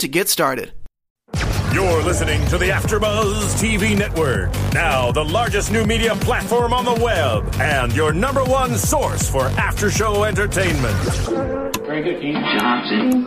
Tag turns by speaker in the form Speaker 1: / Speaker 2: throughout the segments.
Speaker 1: to get started.
Speaker 2: You're listening to the AfterBuzz TV Network, now the largest new media platform on the web, and your number one source for after-show entertainment.
Speaker 3: Very good, Dean Johnson.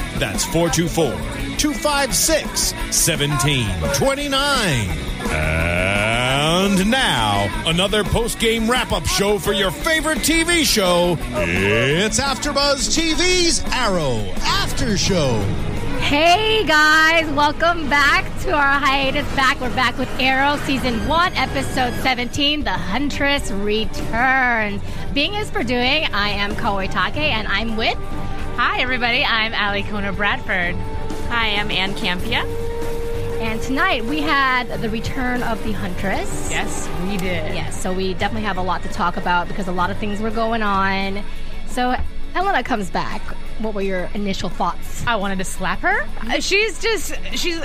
Speaker 4: That's 424 256 1729. And now, another post game wrap up show for your favorite TV show. It's AfterBuzz TV's Arrow After Show.
Speaker 5: Hey guys, welcome back to our hiatus. Back, we're back with Arrow season one, episode seventeen, "The Huntress Returns." Being is for doing. I am Kawai Take, and I'm with.
Speaker 6: Hi, everybody. I'm Ali Kona Bradford. Hi, I'm Ann Campia.
Speaker 5: And tonight we had the return of the Huntress.
Speaker 6: Yes, we did.
Speaker 5: Yes, so we definitely have a lot to talk about because a lot of things were going on. So Elena comes back. What were your initial thoughts?
Speaker 6: I wanted to slap her. Uh, She's just, she's,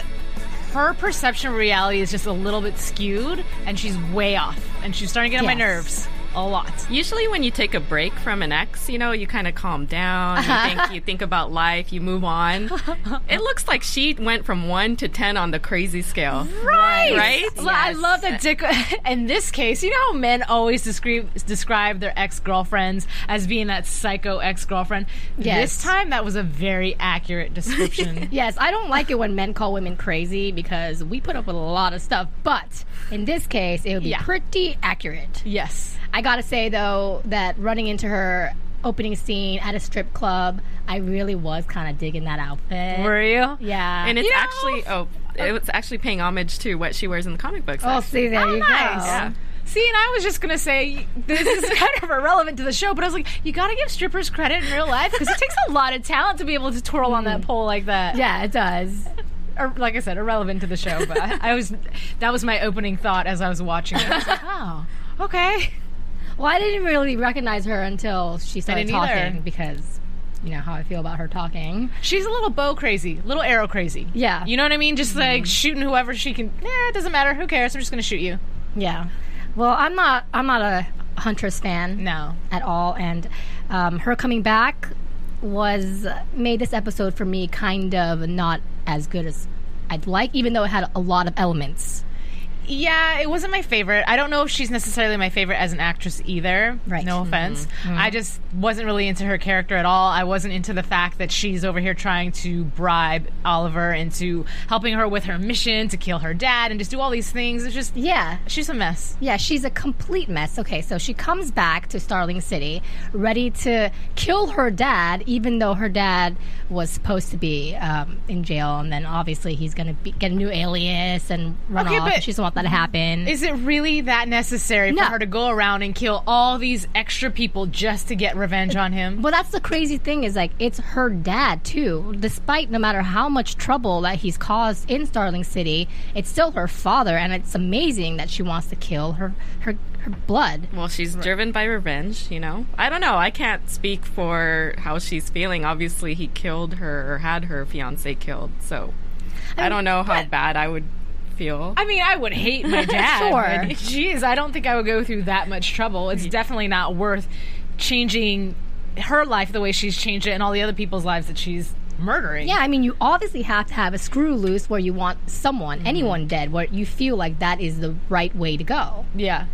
Speaker 6: her perception of reality is just a little bit skewed, and she's way off, and she's starting to get on my
Speaker 5: Yes.
Speaker 6: nerves a lot.
Speaker 7: Usually, when you take a break from an ex, you know, you kind of calm down. You think, you think about life. You move on. It looks like she went from one to ten on the crazy scale.
Speaker 6: Right,
Speaker 7: Right?
Speaker 6: Well, I love that Dick. In this case, you know how men always describe describe their ex girlfriends as being that psycho ex girlfriend.
Speaker 5: Yes.
Speaker 6: This time, that was a very accurate description.
Speaker 5: Yes, I don't like it when men call women crazy because we put up with a lot of stuff, but in this case, it would be
Speaker 6: Yeah.
Speaker 5: pretty accurate.
Speaker 6: yes.
Speaker 5: I gotta say though that running into her opening scene at a strip club, I really was kind of digging that outfit.
Speaker 6: Were you?
Speaker 5: yeah,
Speaker 7: And it's
Speaker 6: You know-
Speaker 7: actually oh, it's actually paying homage to what she wears in the comic books.
Speaker 5: oh, see there you
Speaker 6: nice.
Speaker 5: go.
Speaker 7: Yeah.
Speaker 6: See, and I was just gonna say this is kind of irrelevant to the show, but I was like, you gotta give strippers credit in real life because it takes a lot of talent to be able to twirl on that pole like that.
Speaker 5: Mm. Yeah, it does.
Speaker 6: Or, like I said, irrelevant to the show, but I, I was that was my opening thought as I was watching it. I was like, oh, okay.
Speaker 5: Well, I didn't really recognize her until she started
Speaker 6: didn't
Speaker 5: talking
Speaker 6: either.
Speaker 5: because you know how I feel about her talking.
Speaker 6: She's a little bow crazy, little arrow crazy.
Speaker 5: Yeah. Mm-hmm.
Speaker 6: you know what I mean. Just like shooting whoever she can. Nah, it doesn't matter. Who cares? I'm just gonna shoot you.
Speaker 5: Yeah. Well, I'm not. I'm not a Huntress fan.
Speaker 6: No.
Speaker 5: at all. And um, her coming back was made this episode for me kind of not as good as I'd like, even though it had a lot of elements.
Speaker 6: Yeah, it wasn't my favorite. I don't know if she's necessarily my favorite as an actress either.
Speaker 5: Right. Mm-hmm.
Speaker 6: No offense. I just wasn't really into her character at all. I wasn't into the fact that she's over here trying to bribe Oliver into helping her with her mission to kill her dad and just do all these things. It's just
Speaker 5: Yeah,
Speaker 6: she's a mess.
Speaker 5: yeah, she's a complete mess. Okay, so she comes back to Starling City, ready to kill her dad, even though her dad was supposed to be um, in jail, and then obviously he's going to be get a new alias and run
Speaker 6: Okay,
Speaker 5: off.
Speaker 6: but
Speaker 5: she doesn't want that to happen.
Speaker 6: Is it really that necessary
Speaker 5: No.
Speaker 6: for her to go around and kill all these extra people just to get revenge on him?
Speaker 5: Well, that's the crazy thing is like it's her dad too. Despite no matter how much trouble that he's caused in Starling City, it's still her father, and it's amazing that she wants to kill her her her blood.
Speaker 7: Well, she's driven by revenge, you know? I don't know. I can't speak for how she's feeling. Obviously, he killed her or had her fiance killed, so I, don't know how bad I would feel.
Speaker 6: I mean, I would hate my dad.
Speaker 5: Sure.
Speaker 6: but Jeez, I don't think I would go through that much trouble. It's definitely not worth changing her life the way she's changed it and all the other people's lives that she's murdering.
Speaker 5: Yeah, I mean, you obviously have to have a screw loose where you want someone, anyone dead, where you feel like that is the right way to go.
Speaker 6: Yeah.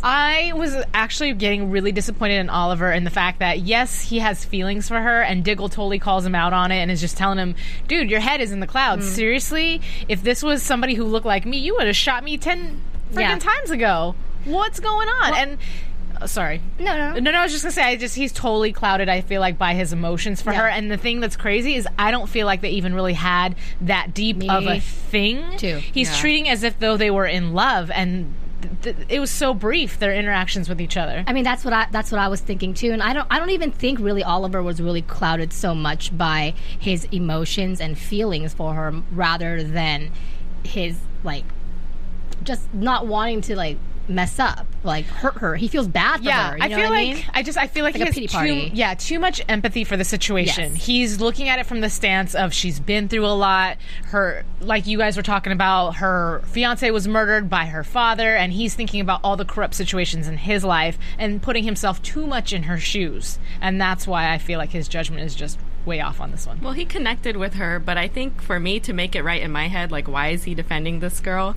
Speaker 6: I was actually getting really disappointed in Oliver and the fact that yes, he has feelings for her, and Diggle totally calls him out on it and is just telling him, "Dude, your head is in the clouds.
Speaker 5: Mm.
Speaker 6: Seriously, if this was somebody who looked like me, you would have shot me ten freaking
Speaker 5: Yeah.
Speaker 6: times ago. What's going on?" and uh, sorry,
Speaker 5: No, no, no.
Speaker 6: no, no. I was just gonna say, I just he's totally clouded. I feel like by his emotions for
Speaker 5: Yeah.
Speaker 6: her, and the thing that's crazy is I don't feel like they even really had that deep
Speaker 5: Me
Speaker 6: of a thing.
Speaker 5: too.
Speaker 6: He's
Speaker 7: Yeah.
Speaker 6: treating as if though they were in love, and th- th- it was so brief their interactions with each other.
Speaker 5: I mean, that's what I that's what I was thinking too, and I don't I don't even think really Oliver was really clouded so much by his emotions and feelings for her, rather than his like just not wanting to like mess up, like hurt her. He feels bad for
Speaker 6: yeah,
Speaker 5: her. you
Speaker 6: I
Speaker 5: know
Speaker 6: feel
Speaker 5: what
Speaker 6: like
Speaker 5: I mean?
Speaker 6: I just I feel like,
Speaker 5: Like a pity
Speaker 6: he has
Speaker 5: party.
Speaker 6: too yeah too much empathy for the situation.
Speaker 5: Yes.
Speaker 6: He's looking at it from the stance of she's been through a lot. Her like you guys were talking about her fiance was murdered by her father, and he's thinking about all the corrupt situations in his life and putting himself too much in her shoes. And that's why I feel like his judgment is just way off on this one.
Speaker 7: Well, he connected with her, but I think for me to make it right in my head, like, why is he defending this girl?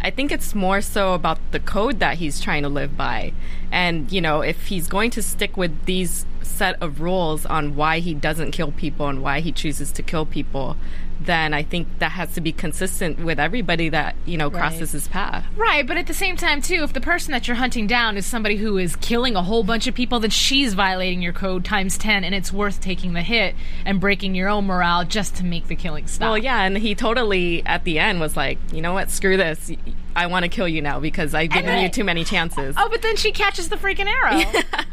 Speaker 7: I think it's more so about the code that he's trying to live by. And, you know, if he's going to stick with these set of rules on why he doesn't kill people and why he chooses to kill people, then I think that has to be consistent with everybody that, you know, crosses his path.
Speaker 6: Right, but at the same time, too, if the person that you're hunting down is somebody who is killing a whole bunch of people, then she's violating your code times 10, and it's worth taking the hit and breaking your own morale just to make the killing stop.
Speaker 7: Well, yeah, and he totally at the end was like, you know what, screw this. I want to kill you now because I've given you
Speaker 6: then-
Speaker 7: too many chances.
Speaker 6: Oh, but then she catches the freaking arrow.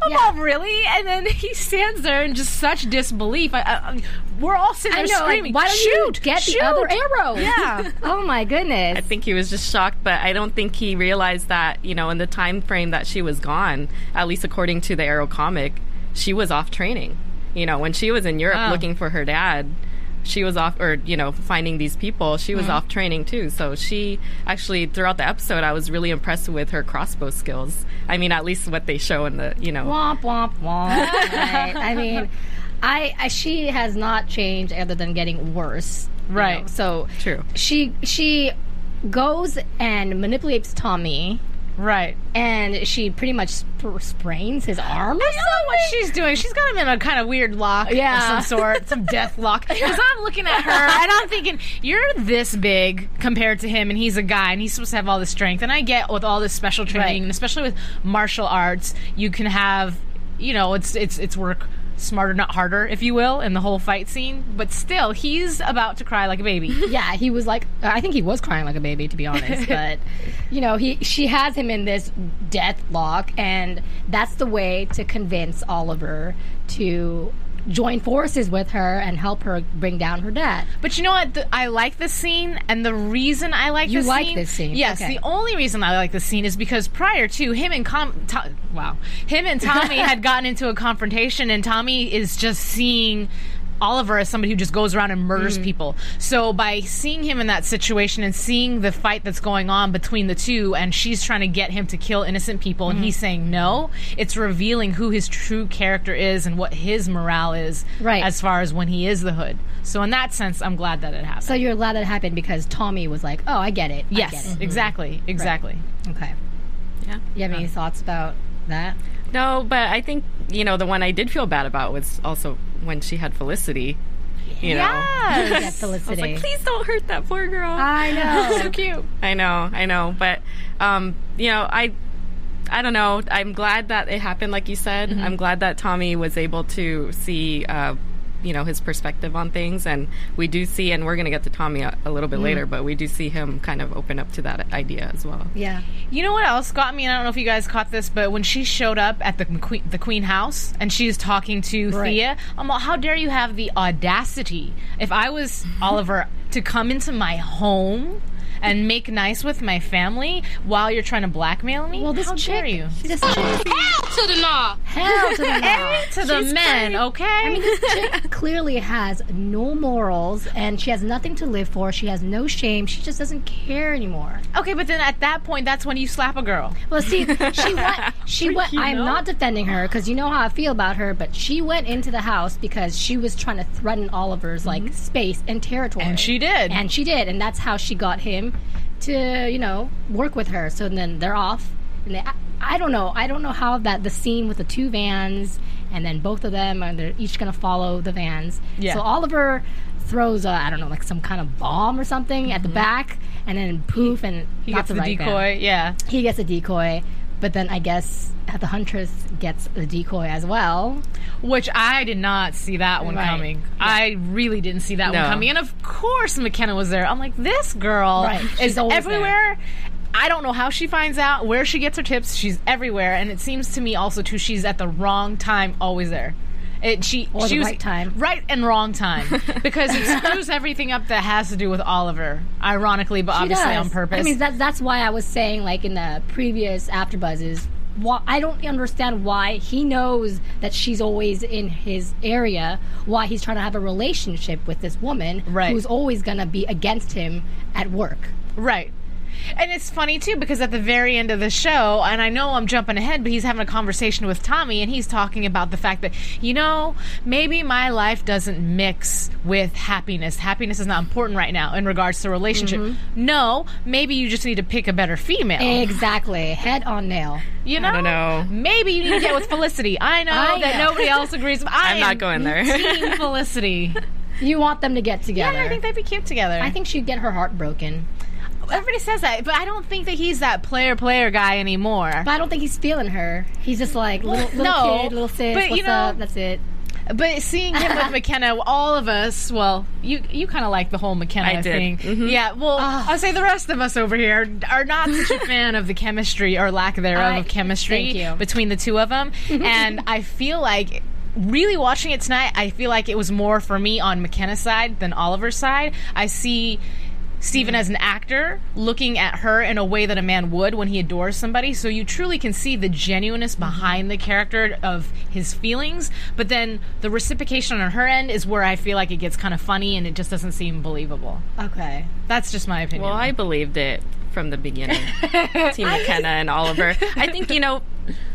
Speaker 6: Come on, really? And then he stands there in just such disbelief. I, I, I- we're all sitting
Speaker 5: I
Speaker 6: there
Speaker 5: know. like,
Speaker 6: screaming,
Speaker 5: why don't
Speaker 6: shoot,
Speaker 5: you get
Speaker 6: shoot.
Speaker 5: the other arrow?
Speaker 6: Yeah.
Speaker 5: oh my goodness.
Speaker 7: I think he was just shocked, but I don't think he realized that, you know, in the time frame that she was gone, at least according to the Arrow comic, she was off training. You know, when she was in Europe
Speaker 6: Oh.
Speaker 7: looking for her dad, she was off or, you know, finding these people, she was off training too. So she actually throughout the episode I was really impressed with her crossbow skills. I mean, at least what they show in the, you know.
Speaker 5: Womp womp womp. Right. I mean, I, I she has not changed other than getting worse. you
Speaker 6: Right.
Speaker 5: know. So
Speaker 7: True.
Speaker 5: She she goes and manipulates Tommy,
Speaker 6: Right.
Speaker 5: and she pretty much sp- sprains his arm. Or
Speaker 6: I don't know what
Speaker 5: something.
Speaker 6: she's doing. She's got him in a kind of weird lock
Speaker 5: Yeah.
Speaker 6: of some sort, some death lock. Because I'm looking at her and I'm thinking, you're this big compared to him, and he's a guy, and he's supposed to have all this strength. And I get with all this special training,
Speaker 5: Right.
Speaker 6: and especially with martial arts, you can have, you know, it's it's it's work smarter, not harder, if you will, in the whole fight scene. But still, he's about to cry like a baby.
Speaker 5: Yeah, he was like, I think he was crying like a baby, to be honest. But you know, he she has him in this death lock, and that's the way to convince Oliver to join forces with her and help her bring down her dad.
Speaker 6: But you know what? The, I like this scene, and the reason I like
Speaker 5: You
Speaker 6: this
Speaker 5: like
Speaker 6: scene,
Speaker 5: this scene,
Speaker 6: Yes,
Speaker 5: okay.
Speaker 6: the only reason I like this scene is because prior to him and Com, To- wow, him and Tommy had gotten into a confrontation, and Tommy is just seeing. Oliver as somebody who just goes around and murders
Speaker 5: Mm-hmm.
Speaker 6: people. So by seeing him in that situation and seeing the fight that's going on between the two and she's trying to get him to kill innocent people and
Speaker 5: Mm-hmm.
Speaker 6: he's saying no, it's revealing who his true character is and what his morale is
Speaker 5: Right.
Speaker 6: as far as when he is the hood. So in that sense, I'm glad that it happened.
Speaker 5: So you're glad that happened because Tommy was like, "Oh, I get it. I
Speaker 6: yes,
Speaker 5: get it."
Speaker 6: exactly, exactly.
Speaker 5: Okay.
Speaker 7: Yeah.
Speaker 5: You have any
Speaker 6: Uh-huh.
Speaker 5: thoughts about that?
Speaker 7: No, but I think you know the one I did feel bad about was also when she had Felicity. You know,
Speaker 5: Yeah,
Speaker 7: I was
Speaker 5: Felicity.
Speaker 7: like, please don't hurt that poor girl.
Speaker 5: I know.
Speaker 7: so cute. I know, I know, but um, you know, I, I don't know. I'm glad that it happened, like you said.
Speaker 5: Mm-hmm.
Speaker 7: I'm glad that Tommy was able to see. Uh, you know his perspective on things, and we do see, and we're going to get to Tommy a, a little
Speaker 5: Mm-hmm.
Speaker 7: bit later, but we do see him kind of open up to that idea as well.
Speaker 5: yeah.
Speaker 6: You know what else got me? And I don't know if you guys caught this, but when she showed up at the queen, the queen house and she's talking to
Speaker 5: Right.
Speaker 6: Thea, I'm all, how dare you have the audacity? If I was
Speaker 5: Mm-hmm.
Speaker 6: Oliver to come into my home and make nice with my family while you're trying to blackmail me,
Speaker 5: Well, this
Speaker 6: how
Speaker 5: chick,
Speaker 6: dare you?
Speaker 5: this chick,
Speaker 8: Hell to the nah.
Speaker 5: hell to the no.
Speaker 6: To the men, Oh. okay?
Speaker 5: chick clearly has no morals and she has nothing to live for. She has no shame. She just doesn't care anymore.
Speaker 6: okay, but then at that point, that's when you slap a girl.
Speaker 5: Well, see, she went. She went. I'm not defending her because you know how I feel about her, but she went into the house because she was trying to threaten Oliver's like space and territory,
Speaker 6: Mm-hmm. And she did.
Speaker 5: and she did, and that's how she got him to you know work with her. So then they're off, And they, I, I don't know. I don't know how that the scene with the two vans and then both of them are they're each going to follow the vans.
Speaker 6: Yeah.
Speaker 5: So Oliver throws a, I don't know like some kind of bomb or something at the back and then poof and
Speaker 6: Mm-hmm. He
Speaker 5: not
Speaker 6: gets the,
Speaker 5: right van.
Speaker 6: decoy. Yeah.
Speaker 5: He gets a decoy, but then I guess the huntress gets the decoy as well.
Speaker 6: Which I did not see that one
Speaker 5: Right.
Speaker 6: coming. I really didn't see that
Speaker 7: No.
Speaker 6: one coming. And of course McKenna was there. I'm like, this girl
Speaker 5: Right.
Speaker 6: is
Speaker 5: She's always
Speaker 6: everywhere. I don't know how she finds out where she gets her tips. She's everywhere, and it seems to me also too she's at the wrong time, always there. It, she
Speaker 5: Or
Speaker 6: she
Speaker 5: the
Speaker 6: was
Speaker 5: right time.
Speaker 6: right and wrong time because it screws everything up that has to do with Oliver, ironically, but
Speaker 5: She
Speaker 6: obviously
Speaker 5: does.
Speaker 6: on purpose.
Speaker 5: I mean, that, that's why I was saying, like in the previous AfterBuzzes, why, I don't understand why he knows that she's always in his area. Why he's trying to have a relationship with this woman
Speaker 6: Right.
Speaker 5: who's always going to be against him at work.
Speaker 6: Right. And it's funny too because at the very end of the show, and I know I'm jumping ahead, but he's having a conversation with Tommy and he's talking about the fact that, you know, maybe my life doesn't mix with happiness. Happiness is not important right now in regards to relationship.
Speaker 7: Mm-hmm.
Speaker 6: No, maybe you just need to pick a better female.
Speaker 5: Exactly, head on nail.
Speaker 6: You know?
Speaker 7: Eh, don't know.
Speaker 6: Maybe you need to get with Felicity. I know
Speaker 5: I
Speaker 6: that
Speaker 5: know.
Speaker 6: nobody else agrees. But I
Speaker 7: I'm not
Speaker 6: am
Speaker 7: going there.
Speaker 6: Team Felicity.
Speaker 5: You want them to get together.
Speaker 6: Yeah, I think they'd be cute together.
Speaker 5: I think she'd get her heart broken,
Speaker 6: everybody says that, but I don't think that he's that player player guy anymore.
Speaker 5: but I don't think he's feeling her. He's just like little, little
Speaker 6: No,
Speaker 5: kid, little sis.
Speaker 6: but you
Speaker 5: what's
Speaker 6: know-
Speaker 5: up? That's it.
Speaker 6: But seeing him with McKenna, all of us, well, you you kind of like the whole McKenna
Speaker 7: I did. Mm-hmm.
Speaker 6: thing. Yeah, well, I'll say the rest of us over here are not such a fan of the chemistry or lack thereof
Speaker 5: I-
Speaker 6: of chemistry
Speaker 5: thank you.
Speaker 6: between the two of them. and I feel like really watching it tonight, I feel like it was more for me on McKenna's side than Oliver's side. I see Stephen as an actor looking at her in a way that a man would when he adores somebody. So you truly can see the genuineness
Speaker 5: Mm-hmm.
Speaker 6: behind the character of his feelings. But then the reciprocation on her end is where I feel like it gets kind of funny and it just doesn't seem believable.
Speaker 5: Okay.
Speaker 6: That's just my opinion.
Speaker 7: Well, I believed it from the beginning. Team McKenna and Oliver. I think, you know,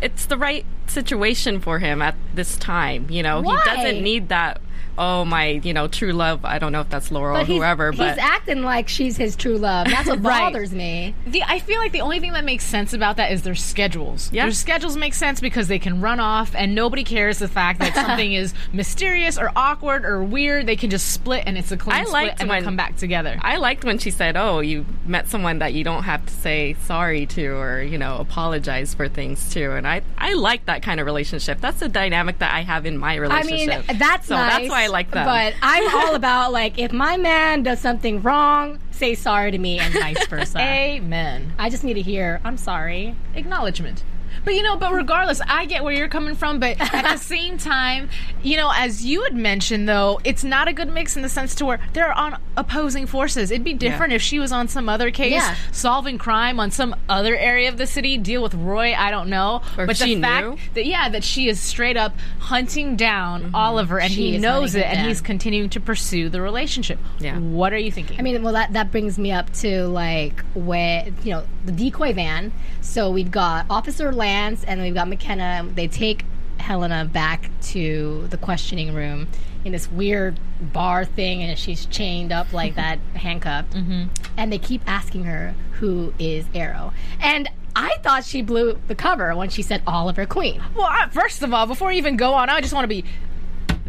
Speaker 7: it's the right situation for him at this time. You know,
Speaker 5: Why?
Speaker 7: he doesn't need that, oh, my, you know, true love. I don't know if that's Laurel or
Speaker 5: he's-
Speaker 7: whoever,
Speaker 5: he's,
Speaker 7: but.
Speaker 5: acting like she's his true love. That's what
Speaker 6: Right.
Speaker 5: bothers me.
Speaker 6: The, I feel like the only thing that makes sense about that is their schedules.
Speaker 7: Yeah.
Speaker 6: Their schedules make sense because they can run off and nobody cares the fact that something is mysterious or awkward or weird. They can just split and it's a clean
Speaker 7: I
Speaker 6: split
Speaker 7: liked
Speaker 6: and they
Speaker 7: when-
Speaker 6: come back together.
Speaker 7: I liked when she said, "Oh, you met someone that you don't have to say sorry to or, you know, apologize for things to." And I I like that kind of relationship. That's the dynamic that I have in my
Speaker 5: I
Speaker 7: relationship.
Speaker 5: mean, that's
Speaker 7: so
Speaker 5: nice.
Speaker 7: that's why I like that.
Speaker 5: But I'm all about like if my man does something wrong, say sorry to me and vice versa.
Speaker 7: Eh?
Speaker 6: Amen.
Speaker 5: I just need to hear I'm sorry.
Speaker 6: acknowledgement. But you know, but regardless, I get where you're coming from. But at the same time, you know, as you had mentioned, though, it's not a good mix in the sense to where they're on opposing forces. It'd be different if she was on some other case,
Speaker 5: Yeah.
Speaker 6: solving crime on some other area of the city, deal with Roy. I don't know.
Speaker 7: Or
Speaker 6: but
Speaker 7: she
Speaker 6: the fact
Speaker 7: knew.
Speaker 6: that yeah, that she is straight up hunting down Oliver, and
Speaker 5: Mm-hmm. She
Speaker 6: he
Speaker 5: is
Speaker 6: knows
Speaker 5: hunting
Speaker 6: it,
Speaker 5: him
Speaker 6: and
Speaker 5: down.
Speaker 6: he's continuing to pursue the relationship.
Speaker 7: Yeah.
Speaker 6: What are you thinking?
Speaker 5: I mean, well, that, that brings me up to like where you know the decoy van. So we've got Officer Lance and we've got McKenna. They take Helena back to the questioning room in this weird bar thing, and she's chained up like that, handcuffed. Mm-hmm. And they keep asking her who is Arrow, and I thought she blew the cover when she said Oliver Queen.
Speaker 6: Well, I, first of all, before you even go on, I just want to be.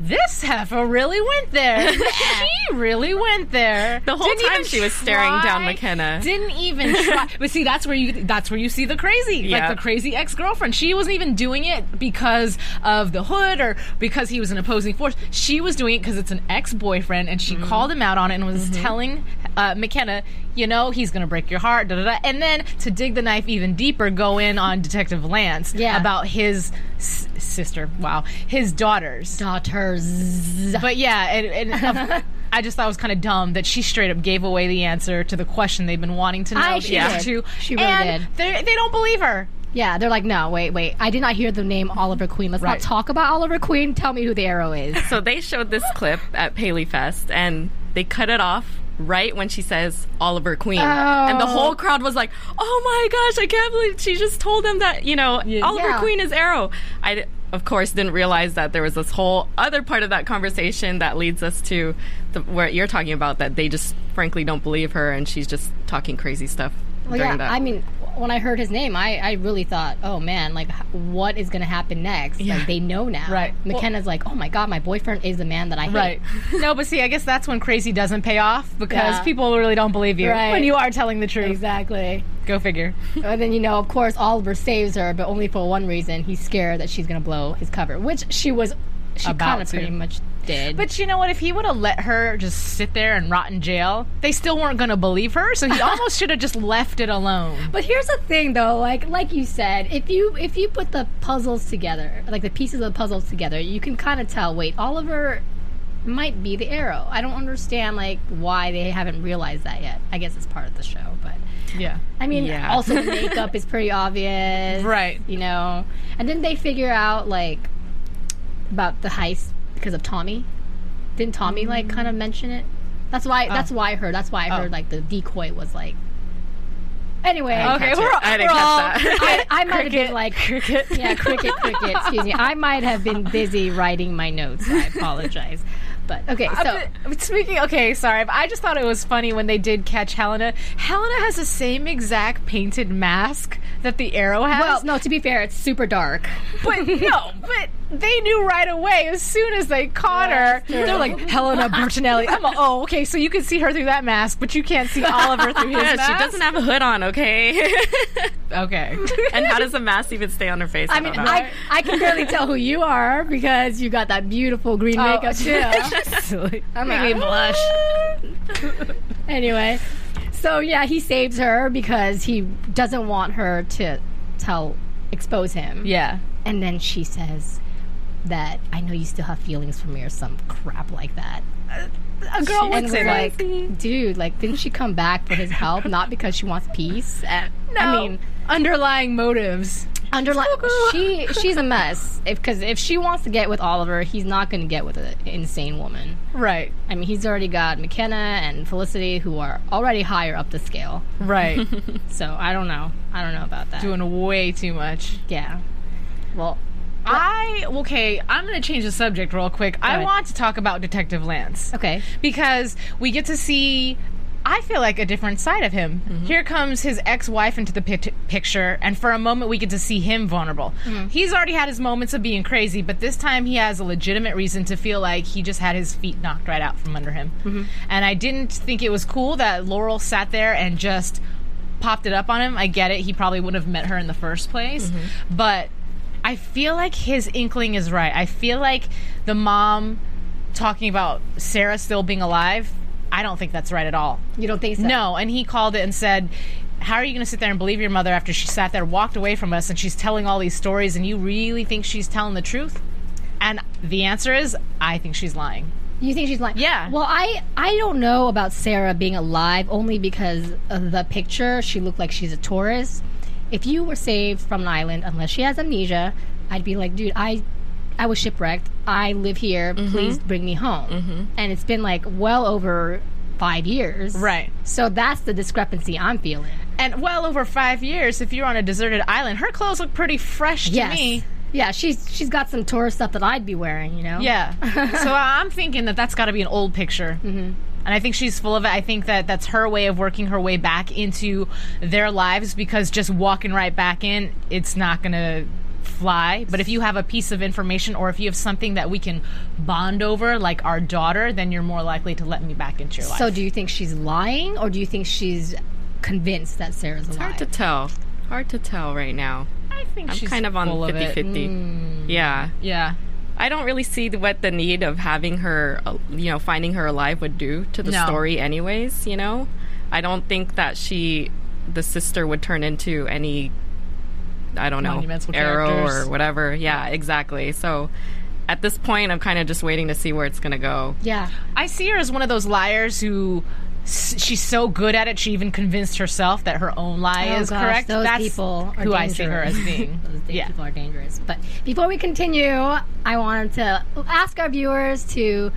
Speaker 6: This heifer really went there. she really went there.
Speaker 7: The whole time
Speaker 6: even
Speaker 7: she was staring down McKenna.
Speaker 6: Didn't even try. but see, that's where you that's where you see the crazy,
Speaker 7: Yeah.
Speaker 6: like the crazy ex girlfriend. She wasn't even doing it because of the hood or because he was an opposing force. She was doing it because it's an ex boyfriend, and she
Speaker 7: Mm-hmm.
Speaker 6: called him out on it and was telling uh, McKenna, you know, he's gonna break your heart. Da, da, da. And then to dig the knife even deeper, go in on Detective Lance
Speaker 5: Yeah.
Speaker 6: about his s- sister. Wow, his daughters.
Speaker 5: Daughters.
Speaker 6: But yeah, and, and of- I just thought it was kind of dumb that she straight up gave away the answer to the question they've been wanting to know.
Speaker 5: I-
Speaker 6: the
Speaker 5: she
Speaker 6: answer
Speaker 5: did.
Speaker 6: to,
Speaker 5: She really
Speaker 6: and
Speaker 5: did.
Speaker 6: They they don't believe her.
Speaker 5: Yeah, they're like, no, wait, wait. I did not hear the name Oliver Queen. Let's not
Speaker 6: Right.
Speaker 5: talk about Oliver Queen. Tell me who the Arrow is.
Speaker 7: So they showed this clip at Paley Fest, and they cut it off right when she says Oliver Queen, and the whole crowd was like, "Oh my gosh, I can't believe she just told them that you know Oliver
Speaker 5: Yeah.
Speaker 7: Queen is Arrow." I d- of course didn't realize that there was this whole other part of that conversation that leads us to the, what you're talking about that they just frankly don't believe her, and she's just talking crazy stuff
Speaker 5: Well,
Speaker 7: during
Speaker 5: yeah,
Speaker 7: that.
Speaker 5: I mean, when I heard his name, I, I really thought, oh man, like h- what is going to happen next?
Speaker 6: Yeah.
Speaker 5: Like they know now.
Speaker 6: Right.
Speaker 5: McKenna's like, oh my god, my boyfriend is the man that I hate.
Speaker 6: Right. no, but see, I guess that's when crazy doesn't pay off because
Speaker 5: Yeah.
Speaker 6: people really don't believe you
Speaker 5: Right.
Speaker 6: when you are telling the truth.
Speaker 5: Exactly.
Speaker 6: Go figure.
Speaker 5: and then you know, of course, Oliver saves her, but only for one reason: he's scared that she's going to blow his cover, which she was. She
Speaker 6: About
Speaker 5: kind of
Speaker 6: to.
Speaker 5: pretty much did.
Speaker 6: But you know what? If he would have let her just sit there and rot in jail, they still weren't going to believe her. So he almost should have just left it alone.
Speaker 5: But here's the thing, though. Like, like you said, if you if you put the puzzles together, like the pieces of the puzzles together, you can kind of tell. Wait, Oliver might be the arrow. I don't understand like why they haven't realized that yet. I guess it's part of the show, but
Speaker 6: Yeah.
Speaker 5: I mean,
Speaker 7: Yeah.
Speaker 5: also the makeup is pretty obvious,
Speaker 6: Right.
Speaker 5: You know, and then they figure out like about the heist because of Tommy. Didn't Tommy
Speaker 7: Mm.
Speaker 5: like kind of mention it? That's why.
Speaker 7: Oh.
Speaker 5: That's why I heard. That's why I heard like the decoy was like. Anyway,
Speaker 6: Okay, we're all.
Speaker 7: I
Speaker 6: we're
Speaker 7: didn't catch
Speaker 6: all-
Speaker 7: that.
Speaker 5: I, I might have been like cricket. Yeah, cricket, cricket. Excuse me. I might have been busy writing my notes. I apologize. But okay, so
Speaker 6: But Speaking, okay, sorry. but I just thought it was funny when they did catch Helena. Helena has the same exact painted mask that the arrow has.
Speaker 5: well, no. To be fair, it's super dark.
Speaker 6: But no, but they knew right away as soon as they caught her. They're like Helena Bertinelli. I'm a, oh, okay. So you can see her through that mask, but you can't see Oliver through his
Speaker 7: Yeah,
Speaker 6: mask.
Speaker 7: she doesn't have a hood on, okay?
Speaker 6: Okay.
Speaker 7: and how does the mask even stay on her face?
Speaker 5: I mean,
Speaker 7: don't know.
Speaker 5: I I can barely tell who you are because you got that beautiful green makeup too.
Speaker 6: Silly.
Speaker 5: I'm making me blush. anyway, so yeah, he saves her because he doesn't want her to tell expose him.
Speaker 6: Yeah.
Speaker 5: And then she says that I know you still have feelings for me or some crap like that.
Speaker 6: A girl
Speaker 5: and
Speaker 6: would say
Speaker 5: we're
Speaker 6: that.
Speaker 5: like, dude, like didn't she come back for his help, not because she wants peace? And,
Speaker 6: No.
Speaker 5: I mean,
Speaker 6: underlying motives.
Speaker 5: underlying she she's a mess. If because if she wants to get with Oliver, he's not going to get with an insane woman.
Speaker 6: Right.
Speaker 5: I mean, he's already got McKenna and Felicity, who are already higher up the scale.
Speaker 6: Right.
Speaker 5: So I don't know. I don't know about that.
Speaker 6: Doing way too much.
Speaker 5: yeah. Well,
Speaker 6: I okay. I'm going to change the subject real quick. I
Speaker 5: ahead.
Speaker 6: want to talk about Detective Lance.
Speaker 5: okay.
Speaker 6: because we get to see I feel like a different side of him. Here comes his ex-wife into the pic- picture and for a moment we get to see him vulnerable. He's already had his moments of being crazy, but this time he has a legitimate reason to feel like he just had his feet knocked right out from under him. And I didn't think it was cool that Laurel sat there and just popped it up on him. I get it. He probably wouldn't have met her in the first place, but I feel like his inkling is right. I feel like the mom talking about Sarah still being alive, I don't think that's right at all.
Speaker 5: You don't think so?
Speaker 6: No, and he called it and said, "How are you going to sit there and believe your mother after she sat there, walked away from us, and she's telling all these stories, and you really think she's telling the truth?" And the answer is, I think she's lying.
Speaker 5: You think she's lying?
Speaker 6: Yeah.
Speaker 5: Well, I I don't know about Sarah being alive only because of the picture. She looked like she's a tourist. If you were saved from an island, unless she has amnesia, I'd be like, dude, I I was shipwrecked. I live here.
Speaker 6: Mm-hmm.
Speaker 5: Please bring me home. And it's been like well over five years.
Speaker 6: Right.
Speaker 5: So that's the discrepancy I'm feeling.
Speaker 6: And well over five years, if you're on a deserted island, her clothes look pretty fresh to
Speaker 5: Yes.
Speaker 6: me.
Speaker 5: Yeah, she's she's got some tourist stuff that I'd be wearing, you know.
Speaker 6: Yeah. so I'm thinking that that's got to be an old picture. Mm-hmm. And I think she's full of it. I think that that's her way of working her way back into their lives because just walking right back in, it's not going to fly. But if you have a piece of information or if you have something that we can bond over, like our daughter, then you're more likely to let me back into your life.
Speaker 5: So do you think she's lying, or do you think she's convinced that Sarah's alive?
Speaker 7: Hard to tell. Hard to tell right now.
Speaker 6: I think
Speaker 7: I'm
Speaker 6: she's
Speaker 7: kind of on
Speaker 6: full
Speaker 7: 50
Speaker 6: it. Mm.
Speaker 7: 50. Yeah.
Speaker 6: Yeah.
Speaker 7: I don't really see the- what the need of having her, uh, you know, finding her alive would do to the
Speaker 6: No.
Speaker 7: story, anyways, you know? I don't think that she, the sister, would turn into any, I don't know,
Speaker 6: Monumental
Speaker 7: arrow
Speaker 6: characters.
Speaker 7: or whatever. Yeah, exactly. So at this point, I'm kind of just waiting to see where it's going to go.
Speaker 5: Yeah.
Speaker 6: I see her as one of those liars who s- she's so good at it she even convinced herself that her own lie
Speaker 5: Oh
Speaker 6: is
Speaker 5: gosh,
Speaker 6: correct.
Speaker 5: Those
Speaker 6: That's
Speaker 5: people are
Speaker 6: who
Speaker 5: dangerous.
Speaker 6: I see her as being.
Speaker 5: those da-
Speaker 6: yeah.
Speaker 5: people are dangerous. But before we continue, I wanted to ask our viewers to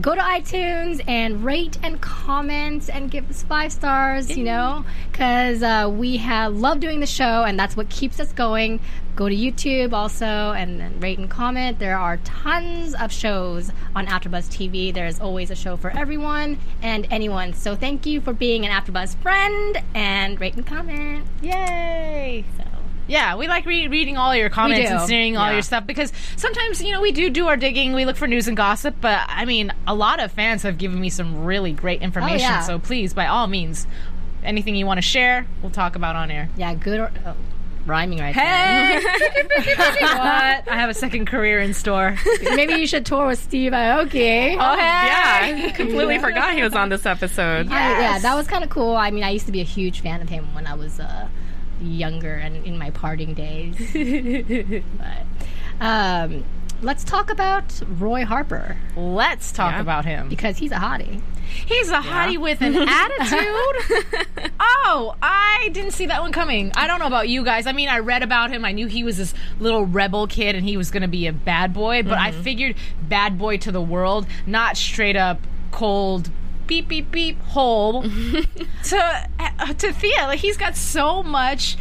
Speaker 5: go to iTunes and rate and comment and give us five stars, you know, because uh, we have love doing the show and that's what keeps us going. Go to YouTube also and then rate and comment. There are tons of shows on AfterBuzz TV. There is always a show for everyone and anyone. So thank you for being an AfterBuzz friend and rate and comment.
Speaker 6: Yay! Yeah, we like re- reading all your comments
Speaker 5: do.
Speaker 6: and seeing all
Speaker 7: Yeah.
Speaker 6: your stuff because sometimes you know we do do our digging. We look for news and gossip, but I mean, a lot of fans have given me some really great information.
Speaker 5: yeah.
Speaker 6: So please, by all means, anything you want to share, we'll talk about on air.
Speaker 5: Yeah, good or oh, rhyming right
Speaker 6: what? I have a second career in store.
Speaker 5: there. Maybe you should tour with Steve Aoki.
Speaker 7: Oh, yeah. I completely forgot he was on this episode.
Speaker 5: I- yeah, that was kind of cool. I mean, I used to be a huge fan of him when I was uh, younger and in my partying days. but um, let's talk about Roy Harper
Speaker 6: Let's talk about him.
Speaker 5: because he's a hottie.
Speaker 6: He's a hottie with an attitude. oh, I didn't see that one coming. I don't know about you guys. I mean, I read about him. I knew he was this little rebel kid and he was going to be a bad boy, but I figured bad boy to the world, not straight up cold beep beep beep hole to uh, to Thea. Like he's got so much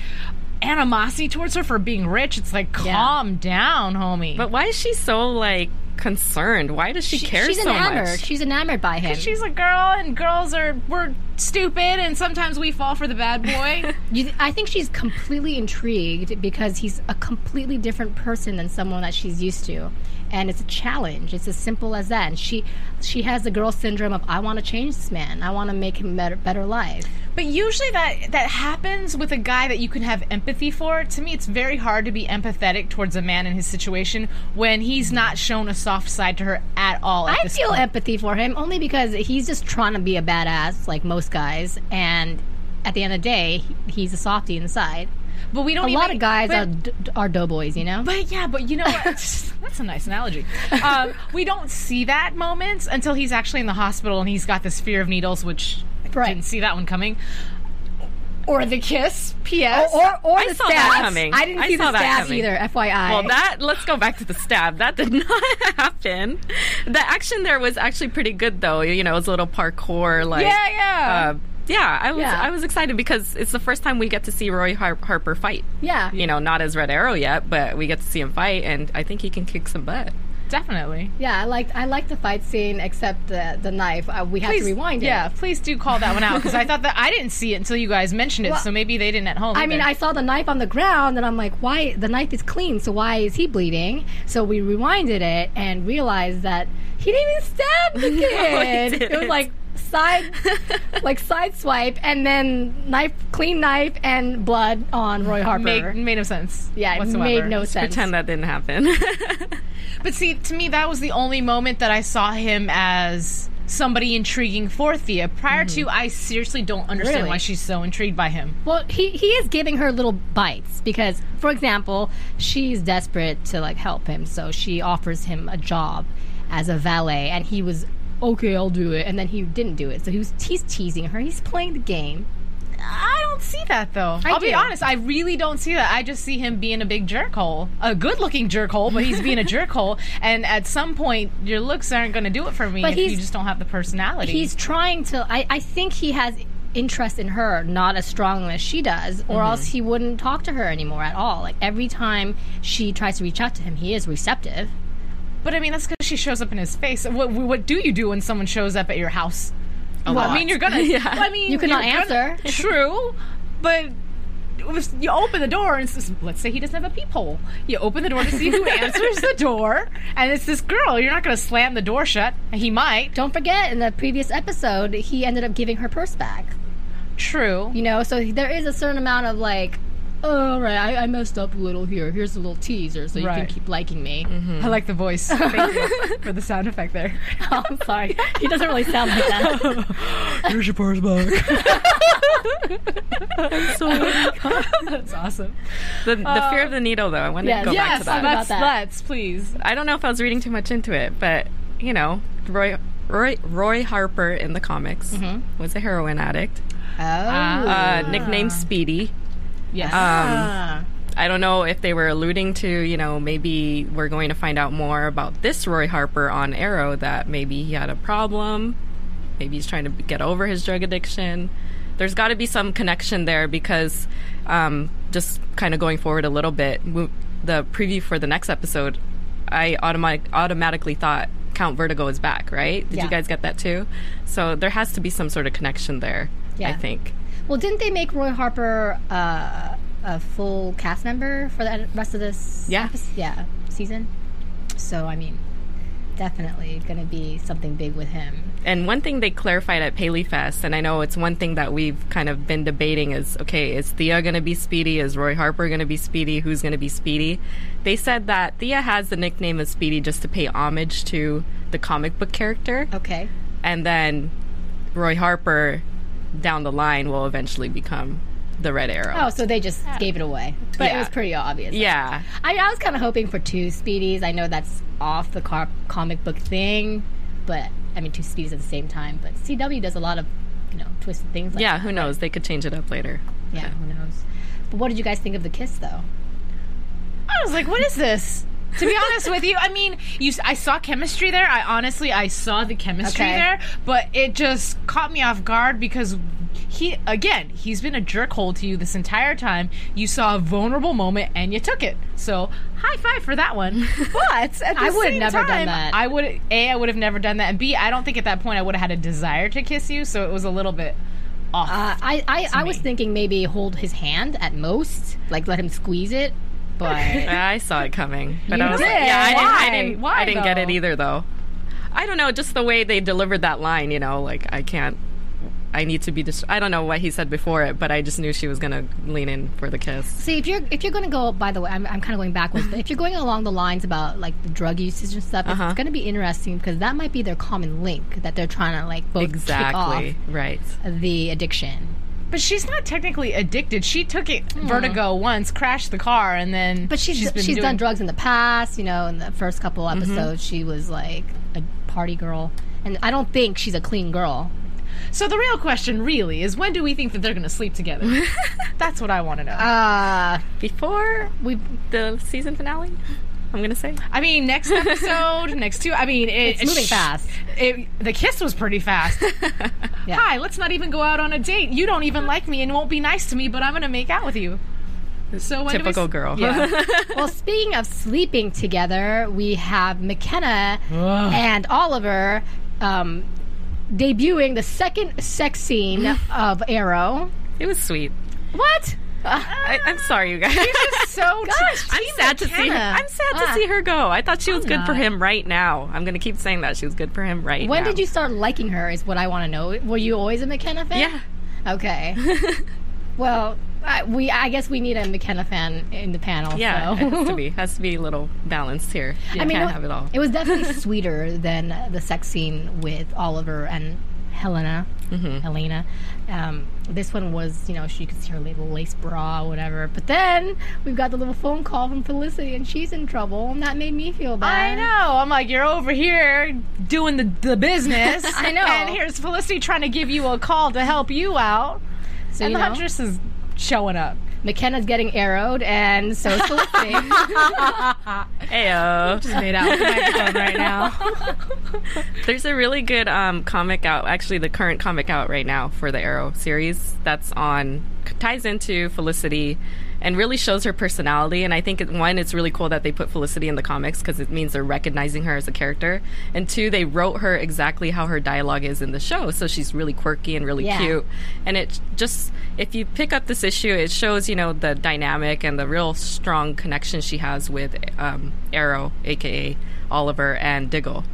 Speaker 6: animosity towards her for being rich. It's like calm down, homie.
Speaker 7: But why is she so, like, concerned? Why does she, care
Speaker 5: She's
Speaker 7: so
Speaker 5: enamored.
Speaker 7: much?
Speaker 5: She's enamored by him.
Speaker 6: she's a girl and girls are we're stupid and sometimes we fall for the bad boy.
Speaker 5: You, I think she's completely intrigued because he's a completely different person than someone that she's used to, and it's a challenge. It's as simple as that. And she, she has the girl syndrome of I want to change this man. I want to make him better, better life.
Speaker 6: But usually that that happens with a guy that you can have empathy for. To me, it's very hard to be empathetic towards a man in his situation when he's not shown a soft side to her at all. At
Speaker 5: I
Speaker 6: this
Speaker 5: feel
Speaker 6: point.
Speaker 5: empathy for him only because he's just trying to be a badass like most guys, and at the end of the day, he- he's a softy inside.
Speaker 6: but we don't.
Speaker 5: A
Speaker 6: even,
Speaker 5: lot of guys
Speaker 6: but-
Speaker 5: are d- d- are doughboys, you know.
Speaker 6: But yeah, but you know what? That's a nice analogy. Um, we don't see that moment until he's actually in the hospital and he's got this fear of needles, which I
Speaker 5: Right.
Speaker 6: didn't see that one coming. Or the kiss. P.S.
Speaker 5: or or
Speaker 7: I
Speaker 5: the
Speaker 7: saw
Speaker 5: stabs.
Speaker 7: that coming.
Speaker 5: I didn't
Speaker 7: I
Speaker 5: see
Speaker 7: saw
Speaker 5: the
Speaker 7: that
Speaker 5: stabs
Speaker 7: coming.
Speaker 5: either. FYI.
Speaker 7: Well, that let's go back to the stab. That did not happen. The action there was actually pretty good, though. You know, it was a little parkour, like
Speaker 6: Yeah, yeah.
Speaker 7: uh, yeah. I was
Speaker 5: Yeah.
Speaker 7: I was excited because it's the first time we get to see Roy Har- Harper fight.
Speaker 5: yeah.
Speaker 7: You know, not as Red Arrow yet, but we get to see him fight, and I think he can kick some butt.
Speaker 6: Definitely.
Speaker 5: Yeah, I liked I liked the fight scene except the the knife. Uh, we had to rewind it.
Speaker 6: Yeah, please do call that one out because I thought that I didn't see it until you guys mentioned it.
Speaker 5: Well,
Speaker 6: so maybe they didn't at home.
Speaker 5: I mean,
Speaker 6: either.
Speaker 5: I saw the knife on the ground, and I'm like, "Why? The knife is clean, so why is he bleeding?" So we rewinded it and realized that he didn't even stab the kid. it was
Speaker 7: didn't.
Speaker 5: like side, like side swipe, and then knife, clean knife, and blood on Roy Harper.
Speaker 6: made made no sense.
Speaker 5: yeah, it
Speaker 6: whatsoever.
Speaker 5: made no sense.
Speaker 7: Pretend that didn't happen.
Speaker 6: But see, to me, that was the only moment that I saw him as somebody intriguing for Thea. Prior to, I seriously don't understand
Speaker 5: Really?
Speaker 6: why she's so intrigued by him.
Speaker 5: Well, he, he is giving her little bites because, for example, she's desperate to like help him, so she offers him a job as a valet, and he was okay, I'll do it, and then he didn't do it, so he was he's teasing her, he's playing the game.
Speaker 6: I don't see that though.
Speaker 5: I
Speaker 6: will be
Speaker 5: do.
Speaker 6: honest, I really don't see that. I just see him being a big jerk hole, a good-looking jerk hole, but he's being a jerk hole. And at some point, your looks aren't going to do it for me
Speaker 5: But
Speaker 6: if
Speaker 5: he's-
Speaker 6: you just don't have the personality.
Speaker 5: He's trying to. I, I think he has interest in her, not as strong as she does, or else he wouldn't talk to her anymore at all. Like every time she tries to reach out to him, he is receptive.
Speaker 6: But I mean, that's because she shows up in his face. What, what do you do when someone shows up at your house? Well, I
Speaker 7: lot.
Speaker 6: mean, you're gonna.
Speaker 7: Yeah.
Speaker 6: well, I mean,
Speaker 5: You could not
Speaker 6: you're gonna-
Speaker 5: answer.
Speaker 6: true, but it was- you open the door and it's this, let's say he doesn't have a peephole. You open the door to see who answers the door, and it's this girl. You're not gonna slam the door shut. He might.
Speaker 5: Don't forget, in the previous episode, he ended up giving her purse back.
Speaker 6: True.
Speaker 5: you know so there is a certain amount of like oh right i, I messed up a little here here's a little teaser so you
Speaker 6: Right.
Speaker 5: can keep liking me
Speaker 7: Mm-hmm.
Speaker 6: I like the voice. Thank you for the sound effect there.
Speaker 5: oh, i'm sorry he doesn't really sound like that
Speaker 6: Here's your purse back. That's awesome.
Speaker 7: the the fear of the needle, though. I want
Speaker 5: Uh, yes.
Speaker 7: to go back
Speaker 5: Yes,
Speaker 7: to
Speaker 5: I'm
Speaker 7: that.
Speaker 5: about
Speaker 6: Let's
Speaker 5: that.
Speaker 6: let's please.
Speaker 7: I don't know if I was reading too much into it, but you know, Roy Roy Roy Harper in the comics was a heroin addict,
Speaker 5: oh
Speaker 7: uh, nicknamed Speedy.
Speaker 6: Yes.
Speaker 5: Ah.
Speaker 7: Um, I don't know if they were alluding to, you know, maybe we're going to find out more about this Roy Harper on Arrow that maybe he had a problem. Maybe he's trying to get over his drug addiction. There's got to be some connection there because um, just kind of going forward a little bit, mo- the preview for the next episode, I automatic- automatically thought Count Vertigo is back, right? Did
Speaker 5: Yeah.
Speaker 7: you guys get that too? So there has to be some sort of connection there, I
Speaker 5: Yeah.
Speaker 7: think.
Speaker 5: Well, didn't they make Roy Harper uh, a full cast member for the rest of this?
Speaker 7: Yeah.
Speaker 5: epis- yeah, season. So I mean, definitely going to be something big with him.
Speaker 7: And one thing they clarified at PaleyFest, and I know it's one thing that we've kind of been debating is okay, is Thea going to be Speedy? Is Roy Harper going to be Speedy? Who's going to be Speedy? They said that Thea has the nickname of Speedy just to pay homage to the comic book character.
Speaker 5: Okay.
Speaker 7: And then Roy Harper down the line will eventually become the Red Arrow.
Speaker 5: Oh, so they just gave it away, but it
Speaker 7: Yeah.
Speaker 5: was pretty obvious.
Speaker 7: yeah.
Speaker 5: I, I was kind of hoping for two Speedies. I know that's off the car- comic book thing, but I mean two Speedies at the same time. But CW does a lot of you know twisted things. Like
Speaker 7: Yeah, who knows? They could change it up later.
Speaker 5: yeah, who knows? But what did you guys think of the kiss though?
Speaker 6: I was like, what is this? to be honest with you, I mean, you. s- I saw chemistry there. I honestly, I saw the chemistry
Speaker 5: Okay.
Speaker 6: there, but it just caught me off guard because he, again, he's been a jerkhole to you this entire time. You saw a vulnerable moment and you took it. So high five for that one. But at the
Speaker 5: I would've
Speaker 6: same
Speaker 5: never done
Speaker 6: time,
Speaker 5: that.
Speaker 6: I would a. I would have never done that, and b. I don't think at that point I would have had a desire to kiss you. So it was a little bit off.
Speaker 5: Uh, I I, I was
Speaker 6: me.
Speaker 5: thinking maybe hold his hand at most, like let him squeeze it, but.
Speaker 7: I saw it coming. But
Speaker 5: You
Speaker 7: I was
Speaker 5: did?
Speaker 7: Like, yeah,
Speaker 6: Why?
Speaker 7: I didn't. I didn't,
Speaker 6: Why,
Speaker 7: I didn't get it
Speaker 6: though?
Speaker 7: either, though. I don't know. Just the way they delivered that line, you know, like I can't. I need to be. Dis- I don't know what he said before it, but I just knew she was gonna lean in for the kiss.
Speaker 5: See, if you're if you're going to go, by the way, I'm, I'm kind of going backwards, but if you're going along the lines about like the drug usage and stuff,
Speaker 7: Uh-huh.
Speaker 5: it's going to be interesting because that might be their common link that they're trying to like both
Speaker 7: Exactly.
Speaker 5: kick
Speaker 7: Right.
Speaker 5: off the addiction.
Speaker 6: but she's not technically addicted. She took it vertigo once, crashed the car, and then.
Speaker 5: But she's she's,
Speaker 6: been doing
Speaker 5: done drugs in the past, you know. In the first couple
Speaker 7: Mm-hmm.
Speaker 5: episodes, she was like a party girl, and I don't think she's a clean girl.
Speaker 6: So the real question, really, is when do we think that they're going to sleep together? That's what I want to know.
Speaker 5: Uh,
Speaker 7: Before
Speaker 5: we
Speaker 7: the season finale, I'm gonna say.
Speaker 6: I mean, next episode, next two. I mean, it,
Speaker 5: It's moving fast.
Speaker 6: It, the kiss was pretty fast.
Speaker 5: Yeah.
Speaker 6: Hi, let's not even go out on a date. You don't even like me and won't be nice to me, but I'm going to make out with you. So when do we
Speaker 7: Typical
Speaker 6: s-
Speaker 7: girl.
Speaker 6: Yeah.
Speaker 5: well, speaking of sleeping together, we have McKenna and Oliver um, debuting the second sex scene of Arrow. Uh,
Speaker 7: It was sweet.
Speaker 6: what?
Speaker 7: I, I'm sorry, you guys.
Speaker 6: So
Speaker 5: Gosh,
Speaker 7: I'm sad to see. Her, I'm sad to
Speaker 5: Uh, Ah.
Speaker 7: see her go. I thought she was good for him right now. I'm gonna keep saying that she was good for him right
Speaker 5: When
Speaker 7: now.
Speaker 5: did you start liking her? Is what I want to know. Were you always a McKenna fan?
Speaker 7: Yeah.
Speaker 5: Okay. well, I, we I guess we need a McKenna fan in the panel.
Speaker 7: Yeah,
Speaker 5: so.
Speaker 7: it has to be. Has to be a little balanced here. You
Speaker 5: I mean,
Speaker 7: can't
Speaker 5: wa-
Speaker 7: have it all.
Speaker 5: was definitely sweeter than the sex scene with Oliver and Helena.
Speaker 7: Mm-hmm.
Speaker 5: Helena. Um, this one was, you know, she could see her little lace bra or whatever. But then we've got the little phone call from Felicity, and she's in trouble, and that made me feel
Speaker 6: I
Speaker 5: bad.
Speaker 6: know. I'm like, you're over here doing the, the business.
Speaker 5: I know.
Speaker 6: And here's Felicity trying to give you a call to help you out.
Speaker 5: So
Speaker 6: and
Speaker 5: you
Speaker 6: the
Speaker 5: know,
Speaker 6: Huntress is showing up.
Speaker 5: McKenna's getting arrowed, and so is Felicity.
Speaker 7: Ayo.
Speaker 6: Made out with the microphone right now.
Speaker 7: There's a really good um, comic out, actually, the current comic out right now for the Arrow series that's on, ties into Felicity and really shows her personality. And I think, it, one, it's really cool that they put Felicity in the comics because it means they're recognizing her as a character. And two, they wrote her exactly how her dialogue is in the show. So she's really quirky and really
Speaker 5: Yeah.
Speaker 7: cute. And it just, if you pick up this issue, it shows, you know, the dynamic and the real strong connection she has with um, Arrow, aka Oliver, and Diggle.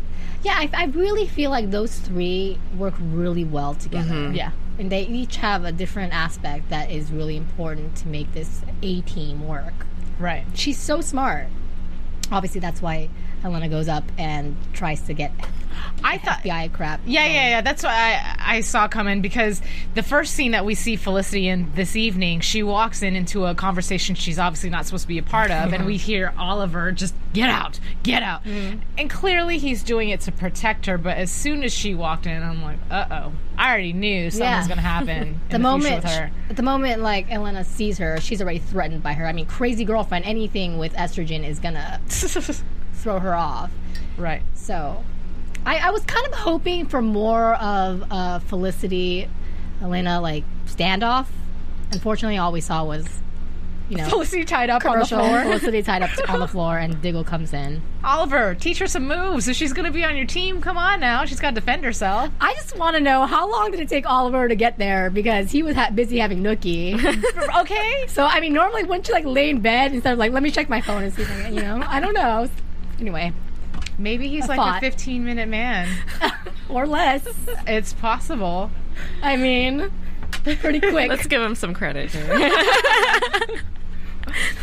Speaker 5: yeah, I, I really feel like those three work really well together.
Speaker 6: yeah.
Speaker 5: And they each have a different aspect that is really important to make this A team work.
Speaker 6: Right.
Speaker 5: she's so smart. Obviously, that's why Helena goes up and tries to get
Speaker 6: I thought
Speaker 5: FBI crap.
Speaker 6: yeah, yeah, yeah. That's what I, I saw coming because the first scene that we see Felicity in this evening, she walks in into a conversation she's obviously not supposed to be a part of, and we
Speaker 5: Mm-hmm.
Speaker 6: hear Oliver just get out, get out. And clearly he's doing it to protect her, but as soon as she walked in, I'm like, uh oh. I already knew something's
Speaker 5: Yeah.
Speaker 6: going to happen.
Speaker 5: the,
Speaker 6: in the future
Speaker 5: moment
Speaker 6: with her.
Speaker 5: at the moment like Elena sees her, she's already threatened by her. I mean, crazy girlfriend, anything with estrogen is gonna throw her off.
Speaker 6: Right.
Speaker 5: So, I, I was kind of hoping for more of uh, Felicity, Elena like standoff. Unfortunately, all we saw was you know
Speaker 6: Felicity tied up on the
Speaker 5: commercial
Speaker 6: floor.
Speaker 5: Felicity tied up on the floor, and Diggle comes in.
Speaker 6: Oliver, teach her some moves. If she's going to be on your team, come on now. She's got to defend herself.
Speaker 5: I just want to know how long did it take Oliver to get there because he was ha- busy having Nookie.
Speaker 6: Okay.
Speaker 5: So I mean, normally wouldn't you like lay in bed instead of like let me check my phone and see if I can, you know? I don't know. Anyway,
Speaker 6: Maybe he's like
Speaker 5: thought.
Speaker 6: a 15 minute man.
Speaker 5: or less.
Speaker 6: It's possible.
Speaker 5: I mean, pretty
Speaker 7: Let's
Speaker 5: quick.
Speaker 7: give him some credit. here.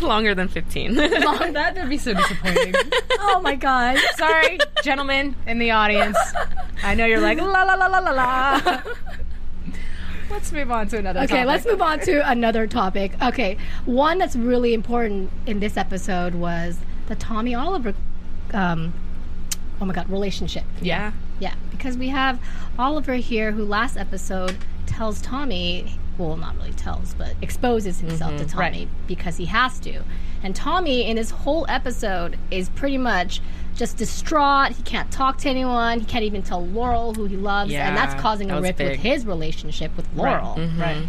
Speaker 7: Longer than 15.
Speaker 6: That would be so disappointing.
Speaker 5: oh my god.
Speaker 6: Sorry, gentlemen in the audience. I know you're like, la la la la la la. Let's move on to another
Speaker 5: Okay,
Speaker 6: topic.
Speaker 5: let's move on to another topic. Okay, one that's really important in this episode was the Tommy Oliver. Um, oh my god, relationship.
Speaker 7: yeah.
Speaker 5: Yeah, because we have Oliver here who last episode tells Tommy, well, not really tells, but exposes himself to
Speaker 7: Mm-hmm,
Speaker 5: Tommy
Speaker 6: right.
Speaker 5: because he has to. And Tommy, in this whole episode, is pretty much just distraught. He can't talk to anyone. He can't even tell Laurel who he loves. and that's
Speaker 7: Yeah,
Speaker 5: causing
Speaker 7: that
Speaker 5: a
Speaker 7: was
Speaker 5: rift with
Speaker 7: big. mm-hmm.
Speaker 5: his relationship with
Speaker 6: Right,
Speaker 5: Laurel.
Speaker 6: right.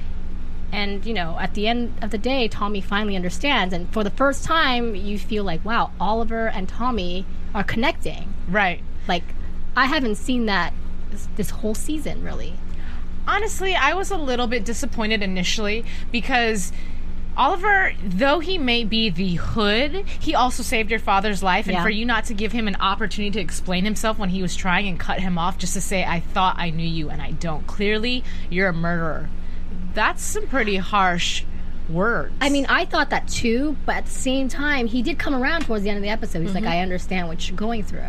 Speaker 5: And, you know, at the end of the day, Tommy finally understands. And for the first time, you feel like, wow, Oliver and Tommy are connecting.
Speaker 6: Right.
Speaker 5: Like, I haven't seen that this, this whole season, really.
Speaker 6: honestly, I was a little bit disappointed initially because Oliver, though he may be the hood, he also saved your father's life. And
Speaker 5: Yeah.
Speaker 6: for you not to give him an opportunity to explain himself when he was trying and cut him off just to say, I thought I knew you and I don't, clearly, you're a murderer. That's some pretty harsh words.
Speaker 5: I mean, I thought that too, but at the same time, he did come around towards the end of the episode. He's like, I understand what you're going through.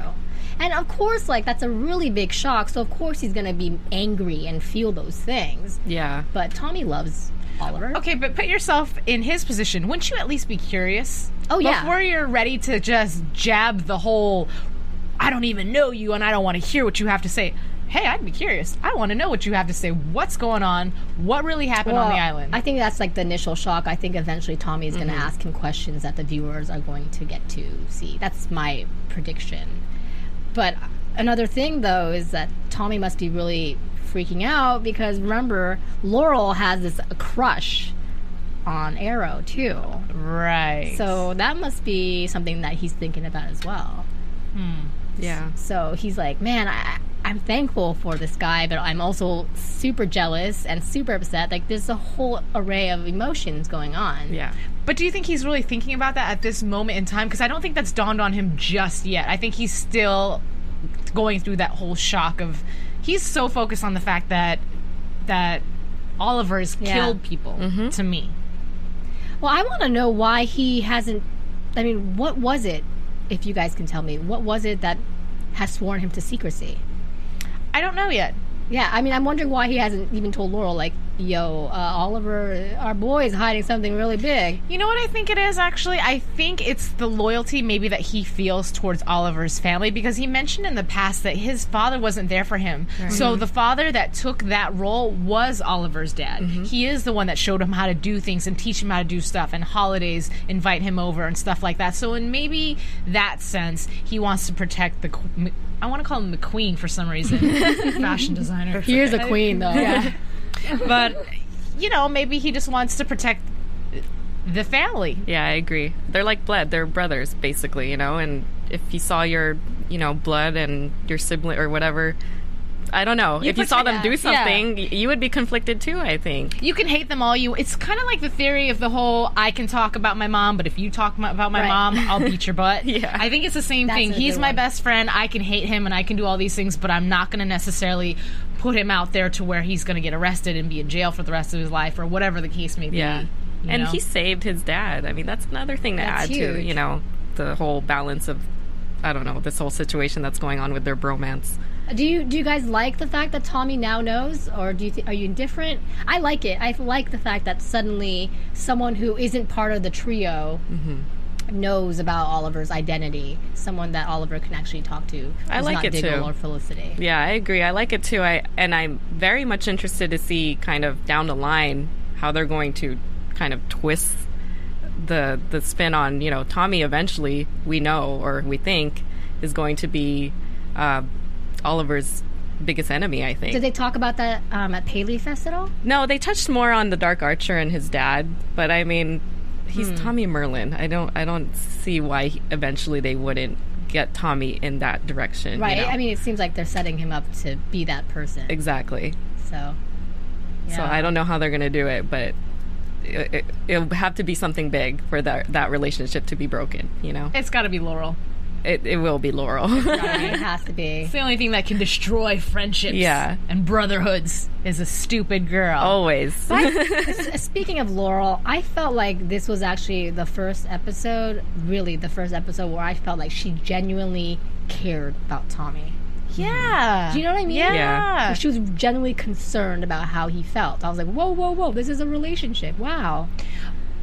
Speaker 5: And of course, like, that's a really big shock. So, of course, he's going to be angry and feel those things.
Speaker 7: Yeah.
Speaker 5: But Tommy loves Oliver.
Speaker 6: Okay, but put yourself in his position. Wouldn't you at least be curious?
Speaker 5: Oh, yeah.
Speaker 6: Before you're ready to just jab the whole, I don't even know you and I don't want to hear what you have to say. Hey, I'd be curious. I want to know what you have to say. What's going on? What really happened on
Speaker 5: Well,
Speaker 6: the island? Mm-hmm.
Speaker 5: I think that's like the initial shock. I think eventually Tommy is going to ask him questions that the viewers are going to get to see. That's my prediction. But another thing, though, is that Tommy must be really freaking out because remember, Laurel has this crush on Arrow, too.
Speaker 6: right.
Speaker 5: So that must be something that he's thinking about as well.
Speaker 7: Yeah.
Speaker 5: So he's like, man, I, I'm thankful for this guy, but I'm also super jealous and super upset. Like, there's a whole array of emotions going on.
Speaker 7: Yeah.
Speaker 6: But do you think he's really thinking about that at this moment in time? Because I don't think that's dawned on him just yet. I think he's still going through that whole shock of. He's so focused on the fact that that Oliver's
Speaker 5: Yeah. Mm-hmm.
Speaker 6: killed people. To me,
Speaker 5: Well, I want to know why he hasn't. I mean, what was it, if you guys can tell me, what was it that has sworn him to secrecy?
Speaker 6: I don't know yet.
Speaker 5: Yeah, I mean, I'm wondering why he hasn't even told Laurel, like, yo, uh, Oliver, our boy is hiding something really big.
Speaker 6: You know what I think it is actually? I think it's the loyalty maybe that he feels towards Oliver's family because he mentioned in the past that his father wasn't there for him. So the father that took that role was Oliver's dad. He is the one that showed him how to do things and teach him how to do stuff and holidays invite him over and stuff like that. So in maybe that sense, he wants to protect the qu- I want to call him the queen for some reason. Fashion designer.
Speaker 5: He is a queen, though.
Speaker 6: But you know, maybe he just wants to protect the family.
Speaker 7: Yeah, I agree. They're like blood. They're brothers, basically, you know. And if you saw your, you know, blood and your sibling or whatever, I don't know. if you saw them do something, y you would be conflicted too. I think.
Speaker 6: you can hate them all you it's kind of like the theory of the whole i can talk about my mom but if you talk m- about my
Speaker 5: Right.
Speaker 6: mom i'll beat your butt
Speaker 7: Yeah.
Speaker 6: i think it's the same
Speaker 5: That's
Speaker 6: thing
Speaker 5: a
Speaker 6: he's
Speaker 5: good
Speaker 6: my
Speaker 5: one.
Speaker 6: best friend i can hate him and i can do all these things but i'm not going to necessarily put him out there to where he's going to get arrested and be in jail for the rest of his life or whatever the case may be
Speaker 7: Yeah.
Speaker 6: you
Speaker 7: And
Speaker 6: know?
Speaker 7: he saved his dad. I mean, that's another thing to
Speaker 5: That's
Speaker 7: add to
Speaker 5: huge.
Speaker 7: you know the whole balance of uh, I don't know this whole situation that's going on with their bromance.
Speaker 5: Do you do you guys like the fact that Tommy now knows, or do you th- are you indifferent? I like it. I like the fact that suddenly someone who isn't part of the trio
Speaker 7: Mm-hmm.
Speaker 5: knows about Oliver's identity. Someone that Oliver can actually talk to.
Speaker 7: I
Speaker 5: who's
Speaker 7: like
Speaker 5: not
Speaker 7: it
Speaker 5: Diggle
Speaker 7: too.
Speaker 5: Or Felicity.
Speaker 7: Yeah, I agree. I like it too. I and I'm very much interested to see kind of down the line how they're going to kind of twist the the spin on you know Tommy. Eventually, we know or we think is going to be uh, Oliver's biggest enemy. I think.
Speaker 5: Did they talk about that um, at Paley Fest at all?
Speaker 7: no, they touched more on the Dark Archer and his dad, but I mean,
Speaker 5: Hmm.
Speaker 7: he's Tommy Merlin. I don't I don't see why he- eventually they wouldn't get Tommy in that direction. you
Speaker 5: Right.
Speaker 7: know?
Speaker 5: I mean, it seems like they're setting him up to be that person.
Speaker 7: exactly.
Speaker 5: So.
Speaker 7: So
Speaker 5: yeah.
Speaker 7: I don't know how they're going to do it, but it, it, it'll have to be something big for that that relationship to be broken. You know,
Speaker 6: It's got to be Laurel.
Speaker 7: it, it will be Laurel.
Speaker 5: it has to be.
Speaker 6: It's the only thing that can destroy friendships
Speaker 7: Yeah.
Speaker 6: and brotherhoods is a stupid girl.
Speaker 5: Oh.
Speaker 7: Always.
Speaker 5: S- Speaking of Laurel, I felt like this was actually the first episode, really the first episode where I felt like she genuinely cared about Tommy.
Speaker 6: yeah.
Speaker 5: Do you know what I mean?
Speaker 7: Yeah.
Speaker 5: Like, She was genuinely concerned about how he felt. I was like, whoa, whoa, whoa, this is a relationship. Wow.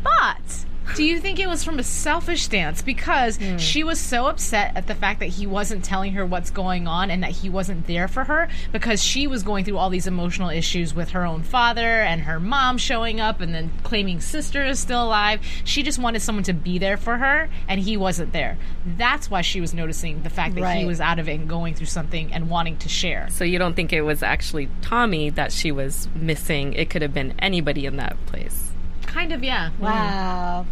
Speaker 6: But do you think it was from a selfish stance? Because she was so upset at the fact that he wasn't telling her what's going on and that he wasn't there for her because she was going through all these emotional issues with her own father and her mom showing up and then claiming sister is still alive. She just wanted someone to be there for her and he wasn't there. That's why she was noticing the fact that
Speaker 5: Right.
Speaker 6: he was out of it and going through something and wanting to share.
Speaker 7: so you don't think it was actually Tommy that she was missing? It could have been anybody in that place.
Speaker 6: Kind of, yeah.
Speaker 5: Wow.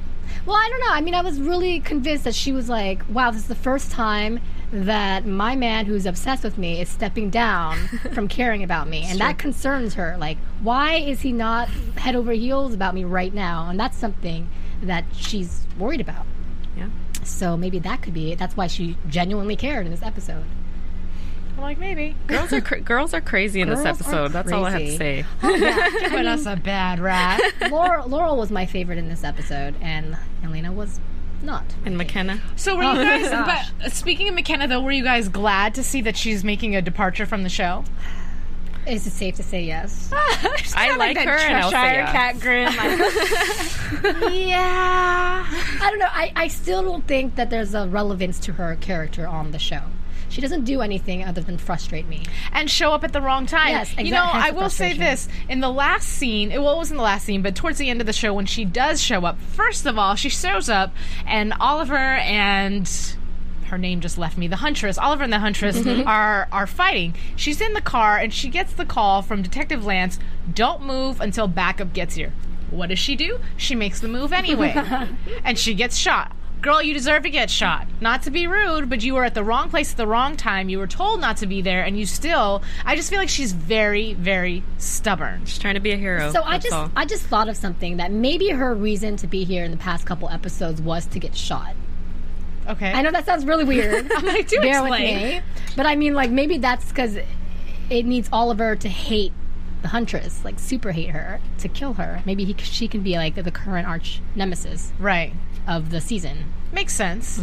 Speaker 5: Well, I don't know. I mean, I was really convinced that she was like, wow, this is the first time that my man who's obsessed with me is stepping down from caring about me. And that concerns her. Like, why is he not head over heels about me right now? And that's something that she's worried about.
Speaker 7: Yeah.
Speaker 5: So maybe that could be it. That's why she genuinely cared in this episode.
Speaker 6: I'm like, maybe.
Speaker 7: Girls are cra- girls are crazy in this
Speaker 5: Girls are
Speaker 7: episode. That's all I have
Speaker 5: crazy.
Speaker 7: to say.
Speaker 6: But that's a bad rat.
Speaker 5: Laurel, Laurel uh, was my favorite in this episode, and Elena was not.
Speaker 7: And McKenna.
Speaker 6: So were you guys?
Speaker 5: gosh.
Speaker 6: But speaking of McKenna, though, were you guys glad to see that she's making a departure from the show?
Speaker 5: Is it safe to say yes?
Speaker 7: I like her and I'll say yes.
Speaker 6: grin. yeah.
Speaker 5: I don't know. I, I still don't think that there's a relevance to her character on the show. She doesn't do anything other than frustrate me.
Speaker 6: And show up at the wrong time.
Speaker 5: Yes,
Speaker 6: You
Speaker 5: exact-
Speaker 6: know,
Speaker 5: hence
Speaker 6: I
Speaker 5: the
Speaker 6: will say this:
Speaker 5: frustration.
Speaker 6: in the last scene, it, well, it wasn't the last scene, but towards the end of the show, when she does show up, first of all, she shows up, and Oliver and her name just left me. The Huntress, Oliver and the Huntress
Speaker 5: Mm-hmm.
Speaker 6: are are fighting. She's in the car and she gets the call from Detective Lance, "Don't move until backup gets here." What does she do? She makes the move anyway. and she gets shot. Girl, you deserve to get shot. Not to be rude, but you were at the wrong place at the wrong time. You were told not to be there and you still I just feel like she's very very stubborn.
Speaker 7: She's trying to be a hero.
Speaker 5: So I
Speaker 7: that's
Speaker 5: just
Speaker 7: all.
Speaker 5: I just thought of something that maybe her reason to be here in the past couple episodes was to get shot.
Speaker 6: Okay.
Speaker 5: I know that sounds really weird.
Speaker 6: I'm like, do
Speaker 5: Bear with
Speaker 6: explain.
Speaker 5: me. But I mean, like maybe that's because it needs Oliver to hate the Huntress, like super hate her to kill her. Maybe he, she can be like the current arch nemesis
Speaker 6: Right.
Speaker 5: of the season.
Speaker 6: Makes sense.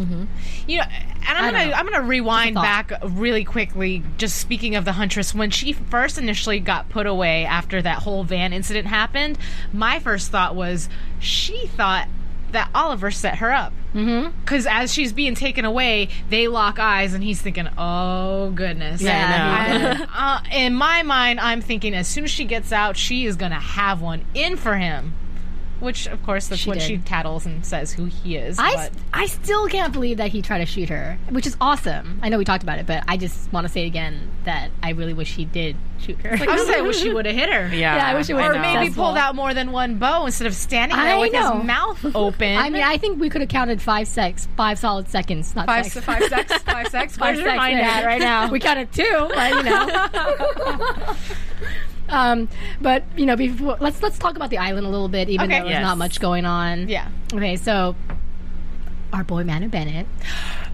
Speaker 6: You know, and
Speaker 5: Mm-hmm. I
Speaker 6: I'm
Speaker 5: don't
Speaker 6: gonna
Speaker 5: know.
Speaker 6: I'm gonna rewind
Speaker 5: thought.
Speaker 6: back really quickly. Just speaking of the Huntress, when she first initially got put away after that whole van incident happened, my first thought was she thought that Oliver set her up. Because mm-hmm. as she's being taken away, they lock eyes, and he's thinking, "Oh goodness." I- uh, in my mind, I'm thinking as soon as she gets out, she is gonna have one in for him. Which, of course, that's
Speaker 5: She
Speaker 6: what
Speaker 5: did.
Speaker 6: she tattles and says who he is.
Speaker 5: I,
Speaker 6: but-
Speaker 5: I still can't believe that he tried to shoot her, which is awesome. I know we talked about it, but I just want to say again that I really wish he did shoot her.
Speaker 6: I was like, I wish he would have hit her.
Speaker 7: yeah,
Speaker 5: yeah, I wish it was
Speaker 6: Or
Speaker 5: know.
Speaker 6: maybe
Speaker 5: That's
Speaker 6: pulled
Speaker 5: all.
Speaker 6: out more than one bow instead of standing there
Speaker 5: I
Speaker 6: with
Speaker 5: know.
Speaker 6: his mouth open.
Speaker 5: I mean, I think we could have counted five secs, five solid seconds, not
Speaker 6: five,
Speaker 5: secs.
Speaker 6: five sex, five sex,
Speaker 5: Five
Speaker 6: where's your
Speaker 5: secs
Speaker 6: mind
Speaker 5: there.
Speaker 6: at right now?
Speaker 5: We counted two, but you know. um, but you know, before let's let's talk about the island a little bit, even
Speaker 6: Okay.
Speaker 5: though there's
Speaker 7: Yes.
Speaker 5: not much going on.
Speaker 6: yeah.
Speaker 5: Okay, so our boy Manu Bennett.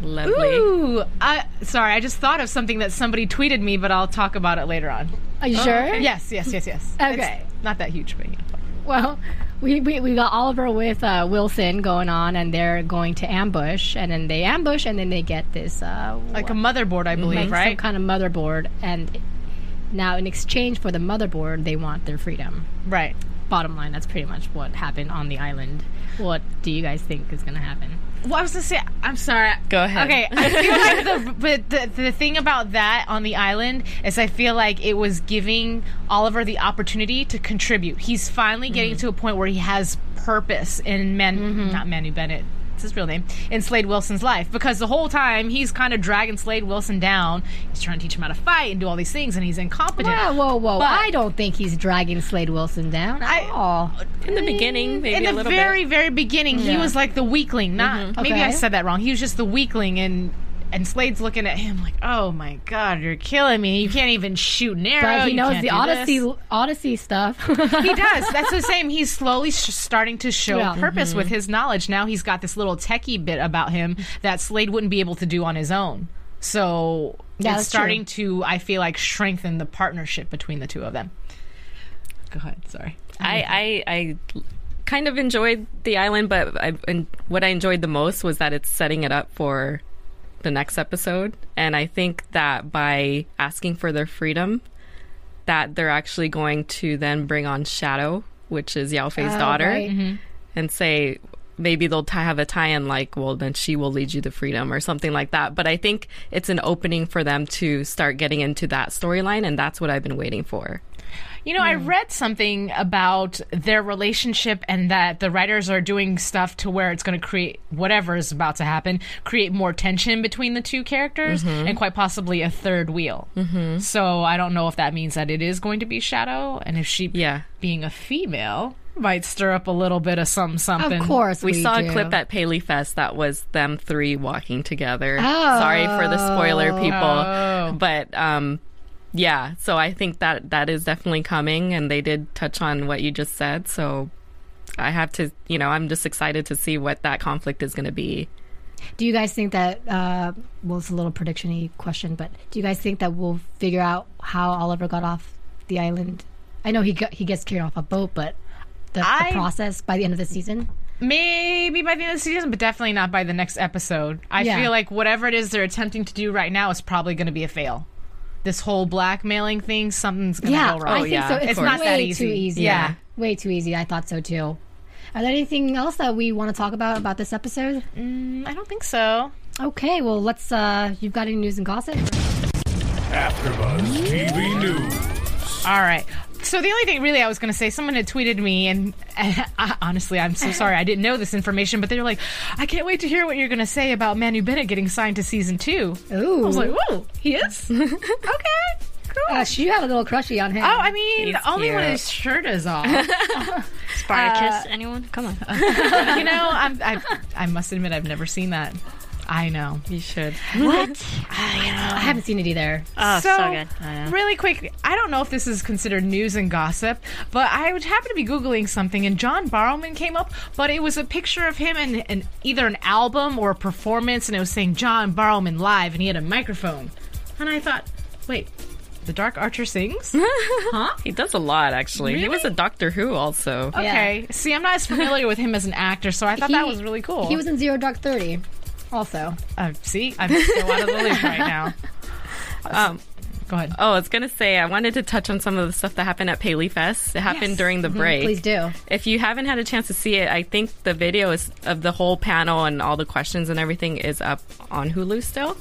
Speaker 7: lovely.
Speaker 6: Ooh, I, sorry, I just thought of something that somebody tweeted me, but I'll talk about it later on.
Speaker 5: Are you sure?
Speaker 6: Yes, yes, yes, yes.
Speaker 5: Okay.
Speaker 6: It's not that huge, but yeah.
Speaker 5: well, we, we, we got Oliver with uh, Wilson going on, and they're going to ambush, and then they ambush, and then they get this uh,
Speaker 6: Like
Speaker 5: what-
Speaker 6: a motherboard, I believe,
Speaker 5: like some
Speaker 6: right?
Speaker 5: kind of motherboard, and now in exchange for the motherboard, they want their freedom.
Speaker 6: right.
Speaker 5: Bottom line, that's pretty much what happened on the island. What do you guys think is going to happen?
Speaker 6: Well, I was gonna say, I'm sorry.
Speaker 7: Go ahead.
Speaker 6: Okay, I feel like the but the, the thing about that on the island is I feel like it was giving Oliver the opportunity to contribute. He's finally getting to a point where he has purpose in men, not Manu Bennett. It's his real name in Slade Wilson's life because the whole time he's kind of dragging Slade Wilson down. He's trying to teach him how to fight and do all these things, and he's incompetent.
Speaker 5: Whoa, whoa, whoa!
Speaker 6: But-
Speaker 5: I don't think he's dragging Slade Wilson down at
Speaker 6: I-
Speaker 5: all.
Speaker 7: In the beginning, maybe
Speaker 6: in the
Speaker 7: a little
Speaker 6: very
Speaker 7: bit. Mm-hmm.
Speaker 6: very beginning he
Speaker 5: Yeah.
Speaker 6: was like the weakling not maybe i
Speaker 5: Okay.
Speaker 6: said that wrong he was just the weakling and and Slade's looking at him like, "Oh my God, you're killing me! You can't even shoot an arrow."
Speaker 5: But he
Speaker 6: you
Speaker 5: knows
Speaker 6: can't
Speaker 5: the
Speaker 6: do
Speaker 5: Odyssey
Speaker 6: this."
Speaker 5: Odyssey stuff.
Speaker 6: He does. That's the same. He's slowly sh- starting to show
Speaker 5: Yeah.
Speaker 6: purpose
Speaker 7: Mm-hmm.
Speaker 6: with his knowledge. Now he's got this little techie bit about him that Slade wouldn't be able to do on his own. So
Speaker 5: Yeah,
Speaker 6: it's
Speaker 5: that's
Speaker 6: starting to, I feel like, strengthen the partnership between the two of them. Go ahead. Sorry.
Speaker 7: I, I I kind of enjoyed the island, but I, and what I enjoyed the most was that it's setting it up for the next episode. And I think that by asking for their freedom, that they're actually going to then bring on Shadow, which is Yao Fei's
Speaker 5: Oh,
Speaker 7: daughter,
Speaker 5: right.
Speaker 7: and say maybe they'll ti have a tie-in like, well, then she will lead you to freedom or something like that. But I think it's an opening for them to start getting into that storyline, and that's what I've been waiting for.
Speaker 6: You know, I read something about their relationship and that the writers are doing stuff to where it's going to create whatever is about to happen, create more tension between the two characters and quite possibly a third wheel. Mm-hmm. So I don't know if that means that it is going to be Shadow and if she,
Speaker 7: Yeah.
Speaker 6: being a female, might stir up a little bit of some something.
Speaker 5: Of course,
Speaker 7: We,
Speaker 5: we,
Speaker 7: saw
Speaker 5: do.
Speaker 7: a clip at Paley Fest that was them three walking together.
Speaker 5: Oh.
Speaker 7: Sorry for the spoiler, people, but um, yeah. So I think that that is definitely coming, and they did touch on what you just said. So I have to, you know, I'm just excited to see what that conflict is going to be.
Speaker 5: Do you guys think that? Uh, well, it's a little prediction-y question, but do you guys think that we'll figure out how Oliver got off the island? I know he got, he gets carried off a boat, but the,
Speaker 6: I-
Speaker 5: the process by the end of the season.
Speaker 6: Maybe by the end of the season, but definitely not by the next episode. I
Speaker 5: Yeah.
Speaker 6: feel like whatever it is they're attempting to do right now is probably going to be a fail. This whole blackmailing thing, something's going to
Speaker 5: Yeah, I
Speaker 6: go wrong.
Speaker 5: think
Speaker 7: yeah,
Speaker 5: so.
Speaker 7: of
Speaker 5: It's
Speaker 6: oh, course.
Speaker 5: way
Speaker 6: Not that
Speaker 5: too
Speaker 6: easy.
Speaker 5: easy.
Speaker 6: Yeah.
Speaker 5: way too easy. I thought so too. Are there anything else that we want to talk about about this episode?
Speaker 6: I don't think so.
Speaker 5: Okay, well, let's. uh You've got any news and gossip?
Speaker 2: AfterBuzz TV News.
Speaker 6: All right. So the only thing really I was going to say, someone had tweeted me, and, and I, honestly, I'm so sorry I didn't know this information, but they were like, "I can't wait to hear what you're going to say about Manu Bennett getting signed to season two.
Speaker 5: Ooh,
Speaker 6: I was like, "Whoa, he is? okay, cool."
Speaker 5: uh, she had a little crushy on him.
Speaker 6: oh, I mean,
Speaker 7: He's
Speaker 6: only when
Speaker 7: cute.
Speaker 6: his shirt is off.
Speaker 5: Uh,
Speaker 8: Spartacus, anyone? Come on.
Speaker 6: you know, I'm, I, I must admit, I've never seen that. I know.
Speaker 7: You should.
Speaker 8: what?
Speaker 5: I haven't seen it either.
Speaker 8: Oh, so,
Speaker 6: So,
Speaker 8: good. I know.
Speaker 6: Really quick, I don't know if this is considered news and gossip, but I would happen to be Googling something and John Barrowman came up, but it was a picture of him in, in either an album or a performance, and it was saying John Barrowman live, and he had a microphone. And I thought, wait, the Dark Archer sings? huh?
Speaker 7: He does a lot, actually. He was a Doctor Who, also.
Speaker 6: Okay. See, I'm not as familiar with him as an actor, so I thought that
Speaker 5: He-
Speaker 6: was really cool.
Speaker 5: He was in Zero Dark Thirty, also.
Speaker 6: Uh, see, I'm so out of the loop right now.
Speaker 7: Um,
Speaker 6: Go ahead.
Speaker 7: oh, I was going to say, I wanted to touch on some of the stuff that happened at Paley Fest. It happened
Speaker 6: Yes.
Speaker 7: during the break.
Speaker 5: Mm-hmm. Please do.
Speaker 7: If you haven't had a chance to see it, I think the video is of the whole panel and all the questions and everything is up on Hulu still.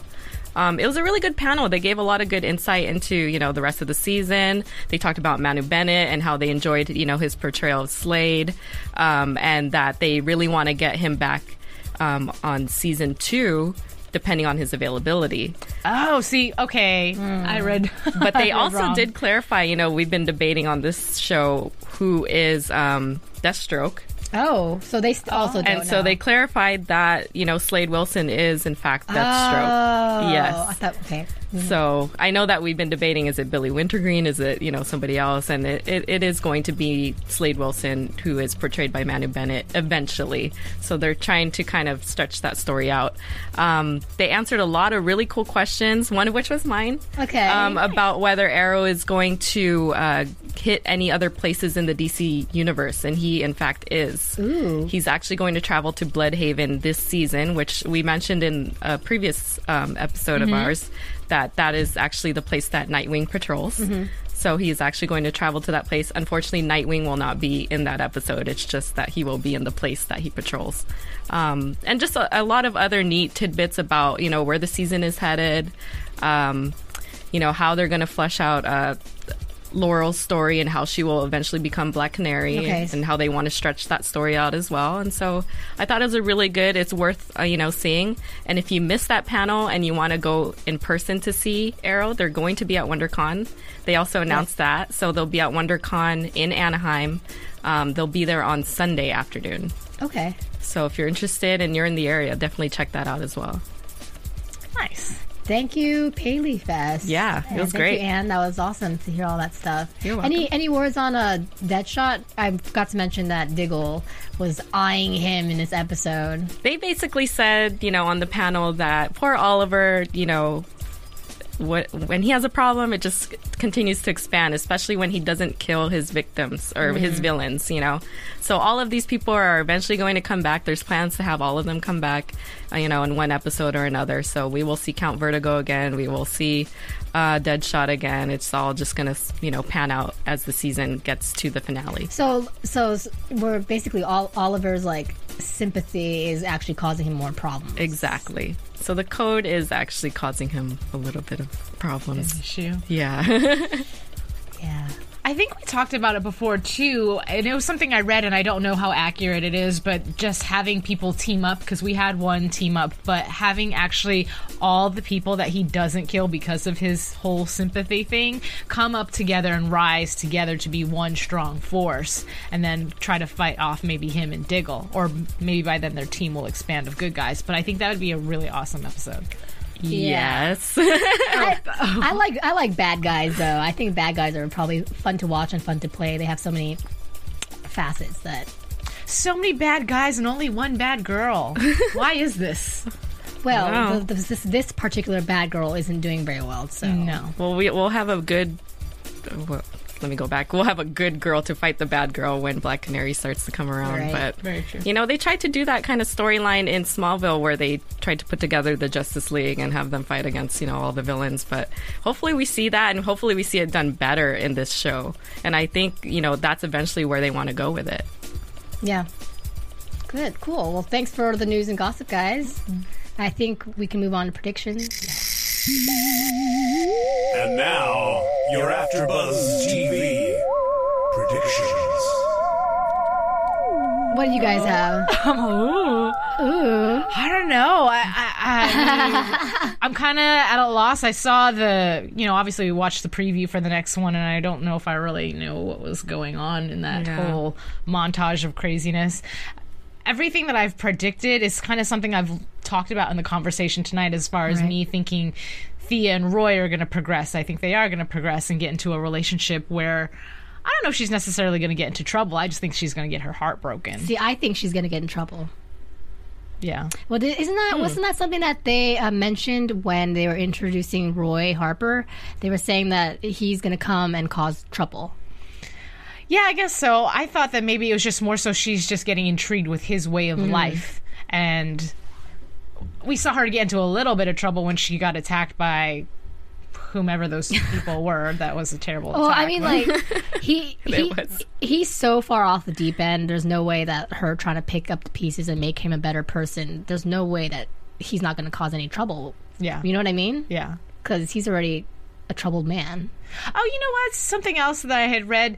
Speaker 7: Um, it was a really good panel. They gave a lot of good insight into you know the rest of the season. They talked about Manu Bennett and how they enjoyed you know his portrayal of Slade, um, and that they really want to get him back um, on season two, depending on his availability
Speaker 6: Oh, see, okay. Hmm. I read.
Speaker 7: but they
Speaker 6: You're
Speaker 7: also
Speaker 6: wrong.
Speaker 7: did clarify you know we've been debating on this show who is um, deathstroke
Speaker 5: Oh, so they st- also don't
Speaker 7: and so
Speaker 5: know.
Speaker 7: they clarified that you know slade wilson is in fact deathstroke
Speaker 5: Oh, I
Speaker 7: yes
Speaker 5: thought okay.
Speaker 7: so i know that we've been debating is it billy wintergreen is it you know somebody else and it, it, it is going to be slade wilson who is portrayed by manu bennett eventually so they're trying to kind of stretch that story out um, they answered a lot of really cool questions one of which was mine
Speaker 5: Okay.
Speaker 7: um, about whether Arrow is going to uh, hit any other places in the DC universe, and he in fact is. He's actually going to travel to Bloodhaven this season, which we mentioned in a previous um, episode of ours. That that is actually the place that Nightwing patrols. So he is actually going to travel to that place. Unfortunately, Nightwing will not be in that episode. It's just that he will be in the place that he patrols, um, and just a, a lot of other neat tidbits about you know where the season is headed. Um, you know how they're going to flesh out uh, Laurel's story and how she will eventually become Black Canary
Speaker 5: Okay.
Speaker 7: and how they want to stretch that story out as well. And so I thought it was a really good. It's worth uh, you know seeing. And if you miss that panel and you want to go in person to see Arrow, they're going to be at WonderCon. They also announced that, so they'll be at WonderCon in Anaheim. Um, they'll be there on Sunday afternoon.
Speaker 5: Okay.
Speaker 7: So if you're interested and you're in the area, definitely check that out as well.
Speaker 6: Nice.
Speaker 5: Thank you, Paley Fest.
Speaker 7: Yeah, it
Speaker 5: And
Speaker 7: was
Speaker 5: thank
Speaker 7: great.
Speaker 5: You, Anne, that was awesome to hear all that stuff.
Speaker 7: You're
Speaker 5: Any any words on uh, Deadshot? I forgot to mention that Diggle was eyeing him in this episode.
Speaker 7: they basically said, you know, on the panel that poor Oliver, you know, what when he has a problem, it just continues to expand, especially when he doesn't kill his victims or his villains, you know. So all of these people are eventually going to come back. There's plans to have all of them come back, uh, you know, in one episode or another. So we will see Count Vertigo again. We will see uh, Deadshot again. It's all just going to, you know, pan out as the season gets to the finale.
Speaker 5: So so s- we're basically all Oliver's like sympathy is actually causing him more problems.
Speaker 7: Exactly. So the code is actually causing him a little bit of problems.
Speaker 6: Issue.
Speaker 7: Yeah.
Speaker 5: Yeah.
Speaker 6: I think we talked about it before too, and it was something I read, and I don't know how accurate it is, but just having people team up because we had one team up, but having actually all the people that he doesn't kill because of his whole sympathy thing come up together and rise together to be one strong force, and then try to fight off maybe him and Diggle, or maybe by then their team will expand of good guys. But I think that would be a really awesome episode.
Speaker 7: yes.
Speaker 5: I like I like bad guys though. I think bad guys are probably fun to watch and fun to play. They have so many facets that
Speaker 6: So many bad guys and only one bad girl. Why is this?
Speaker 5: well
Speaker 7: Wow.
Speaker 5: the, the, this this particular bad girl isn't doing very well. So no.
Speaker 7: well, we, we'll have a good. Well, let me go back. We'll have a good girl to fight the bad girl when Black Canary starts to come around.
Speaker 5: Right.
Speaker 7: But
Speaker 6: Very true.
Speaker 7: you know, they tried to do that kind of storyline in Smallville, where they tried to put together the Justice League and have them fight against you know all the villains. But hopefully, we see that, and hopefully, we see it done better in this show. And I think you know that's eventually where they want to go with it.
Speaker 5: Yeah. Good. Cool. Well, thanks for the news and gossip, guys. I think we can move on to predictions.
Speaker 2: And now, your After Buzz TV predictions.
Speaker 5: What do you guys have?
Speaker 6: Ooh. I don't know. I, I, I I'm kind of at a loss. I saw the, you know, obviously we watched the preview for the next one, and I don't know if I really knew what was going on in that
Speaker 7: Yeah.
Speaker 6: whole montage of craziness. Everything that I've predicted is kind of something I've talked about in the conversation tonight, as far as me thinking Thea and Roy are going to progress. I think they are going to progress and get into a relationship where. I don't know if she's necessarily going to get into trouble. I just think she's going to get her heart broken.
Speaker 5: See, I think she's gonna get in trouble.
Speaker 6: Yeah.
Speaker 5: Well, th- isn't that wasn't that something that they uh, mentioned when they were introducing Roy Harper? They were saying that he's gonna come and cause trouble.
Speaker 6: Yeah, I guess so. I thought that maybe it was just more so she's just getting intrigued with his way
Speaker 5: Mm.
Speaker 6: of life. And we saw her get into a little bit of trouble when she got attacked by whomever those people were. That was a terrible
Speaker 5: Well,
Speaker 6: attack.
Speaker 5: I mean, like he, he he's so far off the deep end. There's no way that her trying to pick up the pieces and make him a better person. There's no way that he's not gonna cause any trouble.
Speaker 6: yeah.
Speaker 5: You know what I mean?
Speaker 6: yeah.
Speaker 5: Because he's already a troubled man.
Speaker 6: Oh, you know what? Something else that I had read.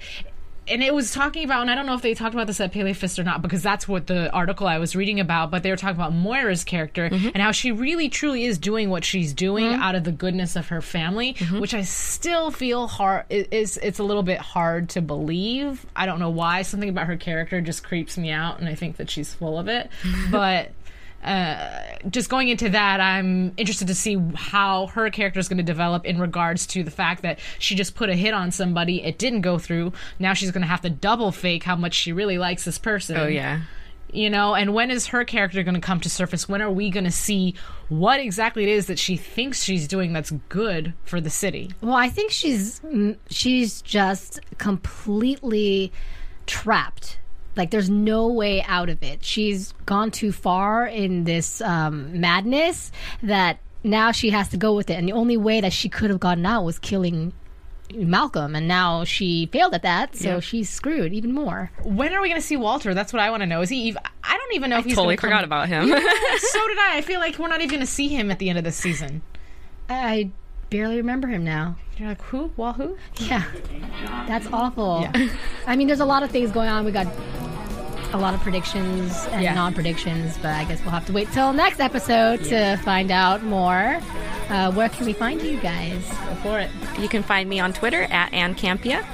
Speaker 6: And it was talking about, and I don't know if they talked about this at Pele Fist or not, because that's what the article I was reading about. But they were talking about Moira's character and how she really truly is doing what she's doing out of the goodness of her family, which I still feel hard i- is it's a little bit hard to believe. I don't know why. Something about her character just creeps me out, and I think that she's full of it. but uh, just going into that, I'm interested to see how her character is going to develop in regards to the fact that she just put a hit on somebody, it didn't go through. Now she's going to have to double fake how much she really likes this person.
Speaker 7: Oh yeah.
Speaker 6: you know and when is her character going to come to surface when are we going to see what exactly it is that she thinks she's doing that's good for the city
Speaker 5: Well, I think she's mm, she's just completely trapped. Like there's no way out of it. She's gone too far in this um, madness that now she has to go with it. And the only way that she could have gotten out was killing Malcolm, and now she failed at that, so she's screwed even more.
Speaker 6: when are we going to see walter that's what i want to know is he even i don't even know if he's
Speaker 7: totally
Speaker 6: gonna come-
Speaker 7: forgot about him.
Speaker 6: so did i i feel like we're not even going to see him at the end of this season
Speaker 5: I, I barely remember him now.
Speaker 6: you're like who well who
Speaker 5: Yeah, that's awful. I mean, there's a lot of things going on. We got a lot of predictions and
Speaker 6: Yeah.
Speaker 5: non-predictions, but I guess we'll have to wait till next episode to find out more. Uh, where can we find you guys?
Speaker 6: go for it
Speaker 7: you can find me on Twitter at Ann Campia.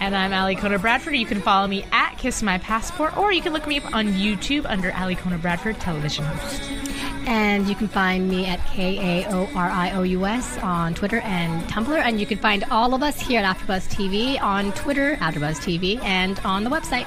Speaker 6: And I'm Ali Kona Bradford. You can follow me at Kiss My Passport, or you can look me up on YouTube under Ali Kona Bradford Television Host.
Speaker 5: And you can find me at K A O R I O U S on Twitter and Tumblr. And you can find all of us here at AfterBuzz TV on Twitter, AfterBuzz TV, and on the website.